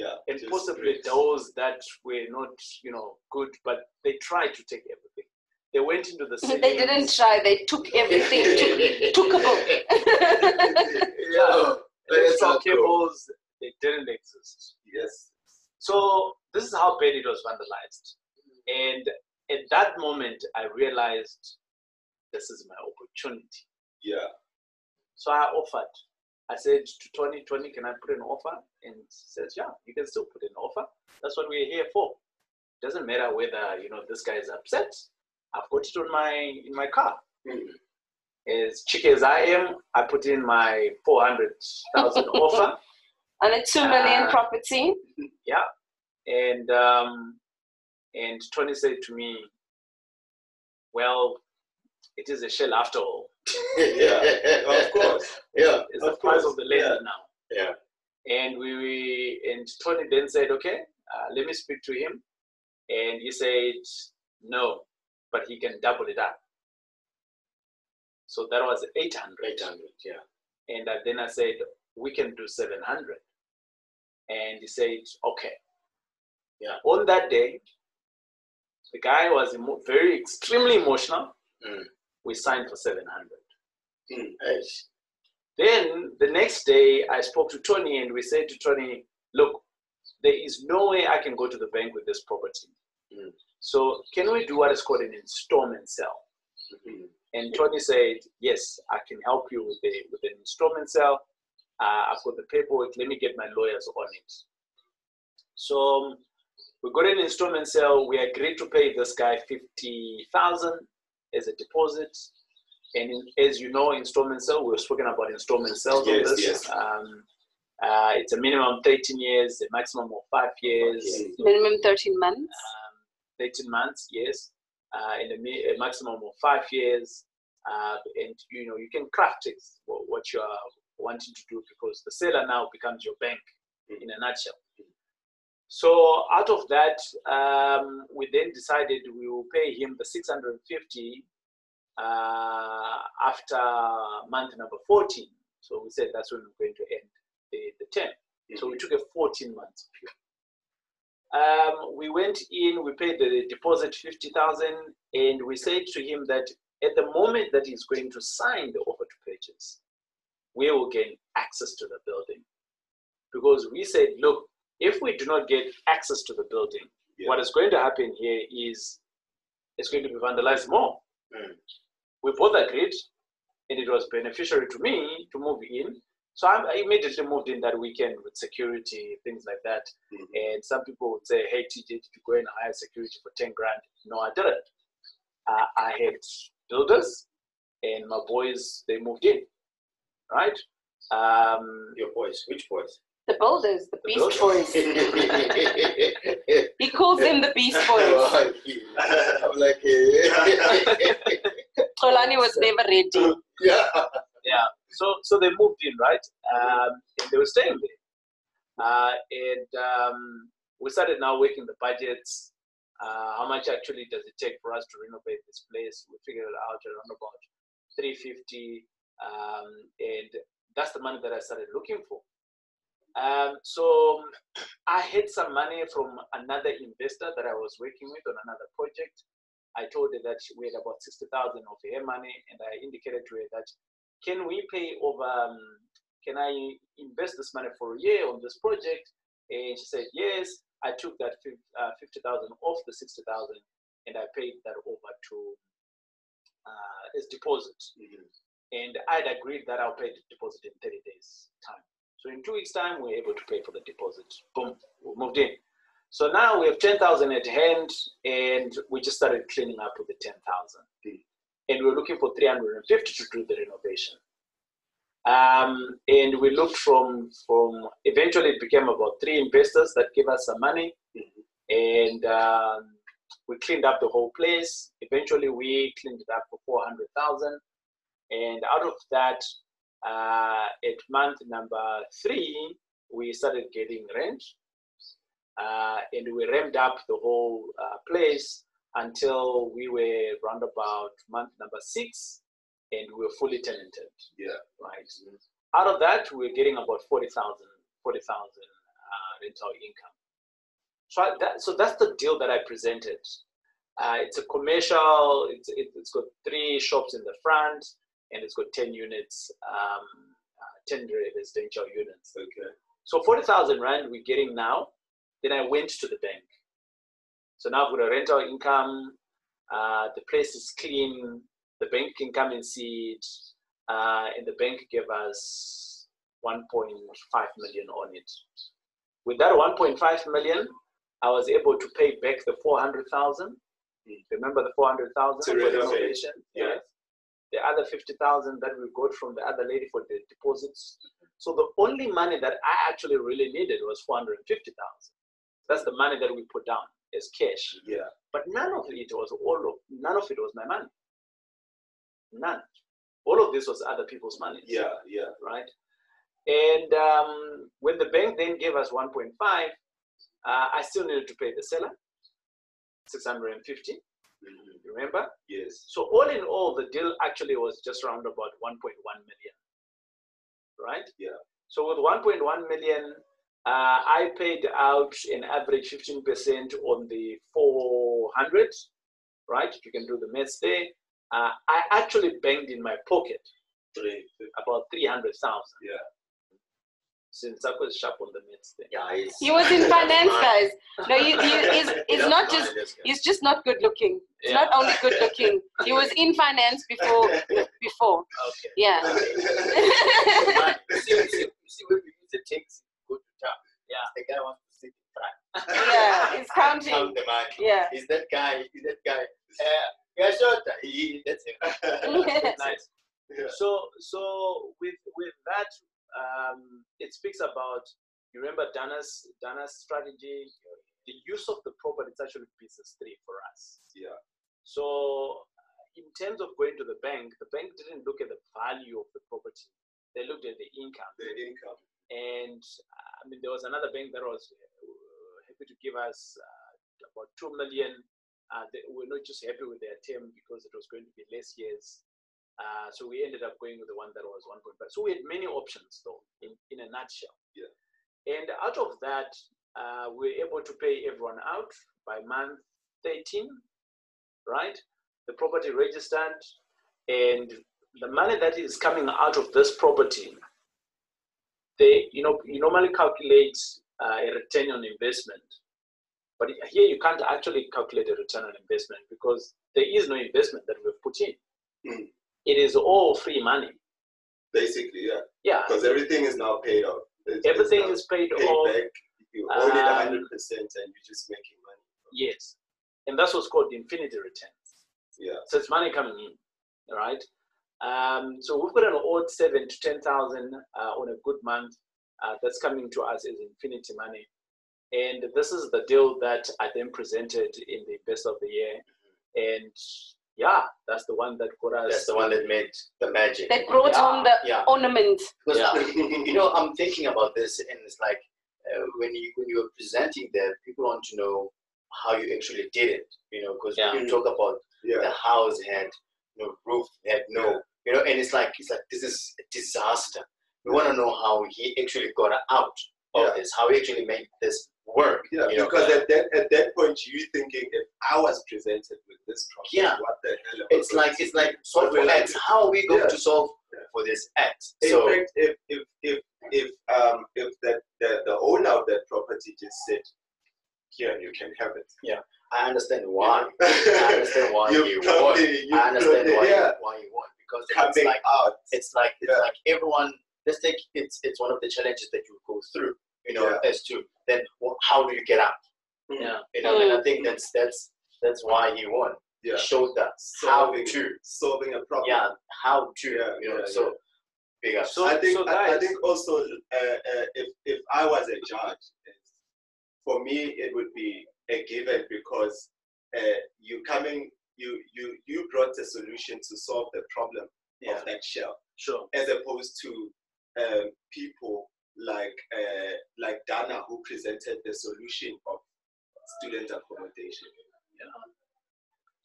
B: yeah.
D: and
B: just
D: possibly
B: bricks.
D: those that were not you know good but they tried to take everything they went into the
F: they
D: ceilings.
F: didn't try, they took everything. took- took a book.
D: yeah
C: Oh, that's
D: electrical
C: not cool.
D: cables they didn't exist
B: Yes.
D: So this is how bad it was vandalized. And at that moment, I realized this is my opportunity.
B: Yeah.
D: So I offered. I said to Tony, Tony, can I put an offer? And he says, yeah, you can still put an offer. That's what we're here for. Doesn't matter whether you know this guy is upset. I've got it on my in my car.
C: Mhm.
D: As chic as I am, I put in my four hundred thousand offer.
F: On a two million
D: Ah.
F: property.
D: and um, and Tony said to me, "Well, it is a shell after all.
B: Yeah. Of course.
C: Yeah.
D: It's
B: Of
D: the price
B: course,
D: of the land
B: yeah.
D: now."
C: Yeah.
D: And we, we and Tony then said, "Okay, uh, let me speak to him," and he said, "No, but he can double it up." So that was 800.
C: Eight hundred. Yeah.
D: And I, then I said, we can do 700. And he said, okay.
C: Yeah.
D: On that day, the guy was emo- very, extremely emotional.
C: Mm.
D: We signed for 700.
C: Hey.
D: Then the next day, I spoke to Tony and we said to Tony, look, there is no way I can go to the bank with this property.
C: Mm.
D: So can we do what is called an installment sale?
B: Mm-hmm.
C: Mhm.
D: And Tony said, "Yes, I can help you with the with an installment sale. Uh, I've got the paperwork. Let me get my lawyers on it." So um, we got an installment sale. We agreed to pay this guy fifty thousand as a deposit. And in, as you know, installment sale. We've spoken about installment sales. on
B: Yes,
D: this.
B: yes.
D: Um, uh, it's a minimum thirteen years, a maximum of five years.
B: Okay.
F: minimum 13 months.
D: um, 18 months, yes, uh, and a, mi- a maximum of five years. Uh, and you know you can craft it wha- what you are wanting to do because the seller now becomes your bank in a nutshell. So out of that, um, we then decided we will pay him the 650 uh, after month number 14. So we said that's when we're going to end the, the term. So we took a 14 months period. Um, we went in, we paid the deposit 50,000, and we said to him that at the moment that he's going to sign the offer to purchase, we will gain access to the building. Because we said, look, if we do not get access to the building,
B: Yeah.
D: what is going to happen here is it's going to be vandalized more.
C: Mm.
D: We both agreed, and it was beneficial to me to move in. So I'm, I immediately moved in that weekend with security, things like that. And some people would say, hey, TJ, did you go and hire security for 10 grand? No, I didn't. Uh, I had builders, and my boys, they moved in, right? Um,
C: Your boys, which boys?
F: The builders, the Beast
D: builders.
F: Boys. He calls them the Beast Boys.
C: I'm like, eh.
F: Trolani was never ready.
C: yeah.
D: yeah. So so they moved in, right? Um, and they were staying there. Uh, and um, we started now working the budgets. Uh, how much actually does it take for us to renovate this place? We figured it out around about 350, um, and that's the money that I started looking for. Um, so I had some money from another investor that I was working with on another project. I told her that we had about 60,000 of her money, and I indicated to her that can we pay over um, can i invest this money for a year on this project and she said yes i took that fif- uh, 50000 off the 60000 and i paid that over to uh, as deposit and i'd agreed that i'll pay the deposit in 30 days time so in two weeks time we we're able to pay for the deposit boom we moved in so now we have 10000 at hand and we just started cleaning up with the 10000 and we were looking for 350 to do the renovation. Um, and we looked from from eventually it became about three investors that gave us some money, and um, we cleaned up the whole place. Eventually, we cleaned it up for 400,000, and out of that, uh, at month number three, we started getting rent, uh, and we ramped up the whole uh, place until we were round about month number six and we were fully tenanted.
B: Yeah.
D: Right. Out of that, we were getting about 40,000 40,000 uh, rental income. So, I, that, so that's the deal that I presented. Uh, it's a commercial, it's, it, it's got three shops in the front and it's got 10 units, um, uh, 10 residential units.
B: Okay.
D: So 40,000 Rand we're getting now. Then I went to the bank. So now I've got a rental income. Uh, the place is clean. The bank can come and see it. Uh, and the bank gave us 1.5 million on it. With that 1.5 million, I was able to pay back the 400,000. Remember the 400,000
B: Hmm. To
D: for
B: renovate.
D: renovation?
B: Yeah.
D: Yes. The other 50,000 that we got from the other lady for the deposits. So the only money that I actually really needed was 450,000. That's the money that we put down as cash.
B: Yeah.
D: But none of it was all of, none of it was my money. None. All of this was other people's money.
B: Yeah. Yeah.
D: Right. And um, when the bank then gave us 1.5, uh, I still needed to pay the seller 650. Remember?
B: Mm-hmm. Yes.
D: So all in all, the deal actually was just around about 1.1 million, right?
B: Yeah.
D: So with 1.1 million, uh, I paid out an average 15% on the 400, right? You can do the math there. Uh, I actually banked in my pocket
B: Three.
D: about 300,000.
B: Yeah.
D: Since I was sharp on the math there.
C: Yeah, he's-
F: He was in
C: that's
F: finance,
C: mine.
F: guys. No, you, you, it's, it's
C: That's mine,
F: not just,
C: that's mine.
F: he's just not good looking. It's
D: Yeah.
F: not only good looking. He was in finance before, before.
D: Okay.
F: Yeah.
C: Mine. You see, you see, you see when we use the things, go to town.
D: Yeah.
C: The guy wants to sit in front.
F: yeah, he's counting.
C: Count the money.
F: Yeah.
C: He's that guy. He's that guy. Uh, yeah, sure. He, that's him.
D: Nice.
B: Yeah.
D: So so with with that, um, it speaks about you remember Dana's Dana's strategy, the use of the property is actually business three for us.
B: Yeah.
D: So in terms of going to the bank, the bank didn't look at the value of the property. They looked at the income.
B: The income.
D: And uh, I mean, there was another bank that was uh, happy to give us uh, about two million. Uh, they were not just happy with their term because it was going to be less years. Uh, so we ended up going with the one that was 1.5. So we had many options, though, in, in a nutshell.
B: Yeah.
D: And out of that, uh, we were able to pay everyone out by month 13, right? The property registered, and the money that is coming out of this property, they you know you normally calculate uh, a return on investment, but here you can't actually calculate a return on investment because there is no investment that we've put in.
B: Mm.
D: It is all free money.
B: Basically, yeah,
D: Yeah,
B: because everything is now paid off. It's- it's
D: everything
B: now
D: is paid
B: paid
D: off.
B: back. You own it
D: Um,
B: 100 percent, and you're just making money.
D: Yes, and that's what's called infinity returns.
B: Yeah,
D: So it's money coming in, right? Um, so we've got an odd seven to ten thousand uh, on a good month uh, that's coming to us as infinity money, and this is the deal that I then presented in the best of the year, and yeah, that's the one that got us.
C: That's the one that made the magic.
F: That brought home the
C: yeah.
F: ornament.
C: Because
D: Yeah.
C: I'm- you know, I'm thinking about this, and it's like uh, when you when you are presenting that, people want to know how you actually did it. You know, because
D: Yeah.
C: when you talk about
B: yeah.
C: the house had no roof, had no, you know, and it's like it's like this is a disaster. We want to know how he actually got out of
B: Yeah.
C: this, how he actually made this work.
B: Yeah,
C: you know.
B: because at that at that point you thinking if I was presented with this problem,
C: Yeah.
B: what the hell? am I
C: it's
B: going
C: like
B: to
C: it's
B: do?
C: like
B: What
C: solve
B: will
C: for
B: I
C: X.
B: do?
C: How are we going
B: Yeah.
C: to solve
B: Yeah.
C: for this X?
B: In
C: So
B: fact, if if if if um if the, the the owner of that property just said, "Here, you can have it,"
C: I understand why. I understand why
B: you
C: you won.
B: probably you
C: I understand
B: probably-
C: why
B: yeah,
C: you, why you won because it's
B: coming
C: like
B: out.
C: it's like it's
B: Yeah.
C: like everyone. Let's take it's it's one of the challenges that you go through. You know, as to then wh- how do you get out?
F: Mm.
D: yeah.
C: You know, and I think that's that's that's why he won.
B: Yeah,
C: He showed us how
B: solving
C: to.
B: solving a problem.
C: Yeah, how to.
B: Yeah,
C: you know,
B: yeah,
C: so big up.
D: So,
B: I think
D: so
B: I, I
D: guys,
B: think also uh, uh, if if I was a judge, for me it would be a given because uh, you coming you you you brought a solution to solve the problem
D: Yeah.
B: of that shell,
D: sure.
B: as opposed to um, people like uh, like Dana who presented the solution of student accommodation.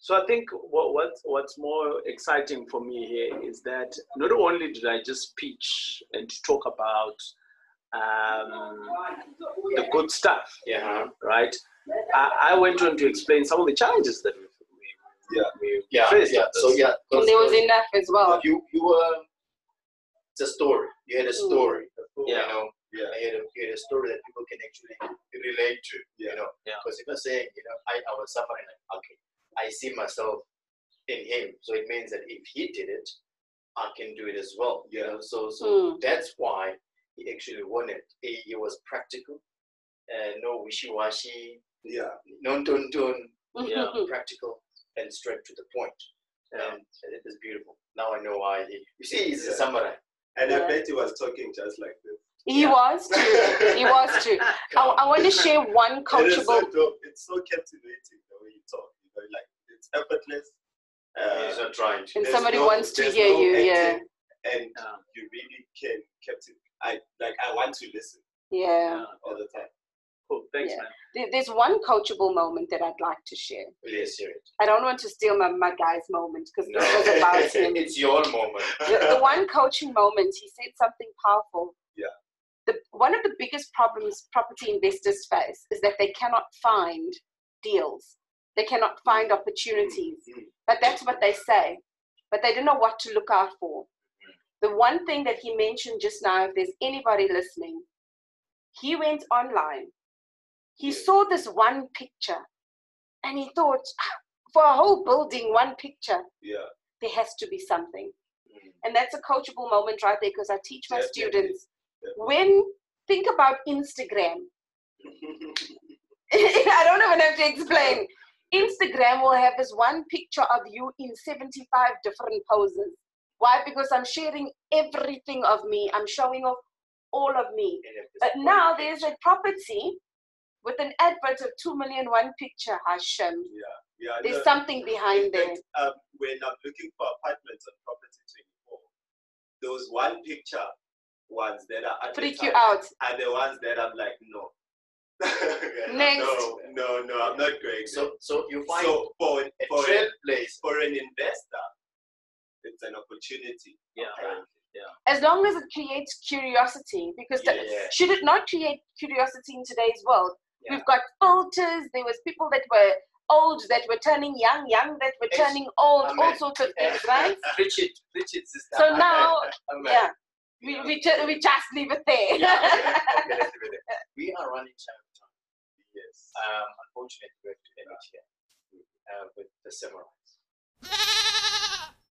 D: So I think what, what what's more exciting for me here is that not only did I just pitch and talk about um, the good stuff,
B: Mm-hmm.
C: yeah,
D: right? I, I went on to explain some of the challenges that we, we,
B: Yeah.
D: we
C: yeah,
D: faced.
C: yeah.
D: with
C: So
D: this.
C: yeah,
F: And there was enough as well.
C: you you were it's a story. You had a story.
D: Yeah.
C: You know,
B: Yeah.
C: I had a, you had a story that people can actually relate to.
B: Yeah.
C: You know,
D: Yeah.
C: because if you're saying, you know, I, I was suffering, like, okay, I see myself in him, so it means that if he did it, I can do it as well. You
B: Yeah.
C: know, so so
F: Mm.
C: that's why he actually won it. He, he was practical, uh, no wishy washy,
B: Yeah,
C: no don't don't
D: Yeah.
C: practical and straight to the point. Um,
D: Yeah.
C: And it is beautiful. Now I know why he. You see, he's
B: Yeah.
C: a samurai.
B: and
F: Yeah.
B: I bet he was talking just like this.
F: He
C: Yeah.
F: was too. He was too. I, I want to share one
B: It is
F: coachable.
B: so dope. It's so captivating the way you talk. You know, like it's effortless.
C: he's
B: Uh,
C: not trying to.
F: And
B: there's
F: somebody
B: no-
F: wants to
B: there's
F: hear
B: no
F: you. Yeah.
B: acting, And
D: Yeah.
B: you really can captivate. I like. I want to listen
F: Yeah.
D: Yeah.
B: all the time.
D: Cool. uh, oh, Thanks,
F: Yeah.
D: man.
F: There- There's one coachable moment that I'd like to share.
C: Please hear it.
F: I don't want to steal my, my guy's moment because
C: No.
F: this was about him.
C: it's your moment.
F: the, the one coaching moment, he said something powerful.
B: Yeah.
F: The, one of the biggest problems property investors face is that they cannot find deals. They cannot find opportunities.
B: Mm.
F: But that's what they say. But they don't know what to look out for. The one thing that he mentioned just now, if there's anybody listening, he went online. He saw this one picture and he thought, "Ah, for a whole building, one picture,
B: Yeah.
F: there has to be something.
C: Mm.
F: And that's a coachable moment right there because I teach my
B: Definitely.
F: students when think about Instagram. I don't even have to explain. Instagram will have this one picture of you in 75 different poses. Why? Because I'm sharing everything of me, I'm showing off all of me.
C: And if this
F: But
C: one
F: now
C: picture-
F: there's a property with an advert of 2 million, one picture, Hashem.
B: yeah. Yeah.
F: There's
B: no,
F: something
B: in
F: behind there.
B: fact, Um, when I'm looking for apartments on property 24, those one picture ones that are
F: Freak you
B: advertised
F: out.
B: are the ones that I'm like, no.
F: Next.
B: No, no, no. I'm not going. there.
C: So, so you find
B: So for an-
C: a
B: for an-
C: trailblazer.
B: for an investor, it's an opportunity.
D: Yeah.
B: apparently.
F: As long as it creates curiosity, because the-
C: Yeah.
F: should it not create curiosity in today's world? We've got filters. There was people that were old that were turning young, young that were
C: Ex-
F: turning old, all
C: Amen.
F: sorts of things, right?
C: preach it, preach it, sister.
F: So now,
C: Amen.
F: yeah, we, we, ju- we just leave it there.
C: Yeah, okay, okay, let's leave it there. We are running short of time. Yes. Um, unfortunately, we have to end it here uh, with the samurai.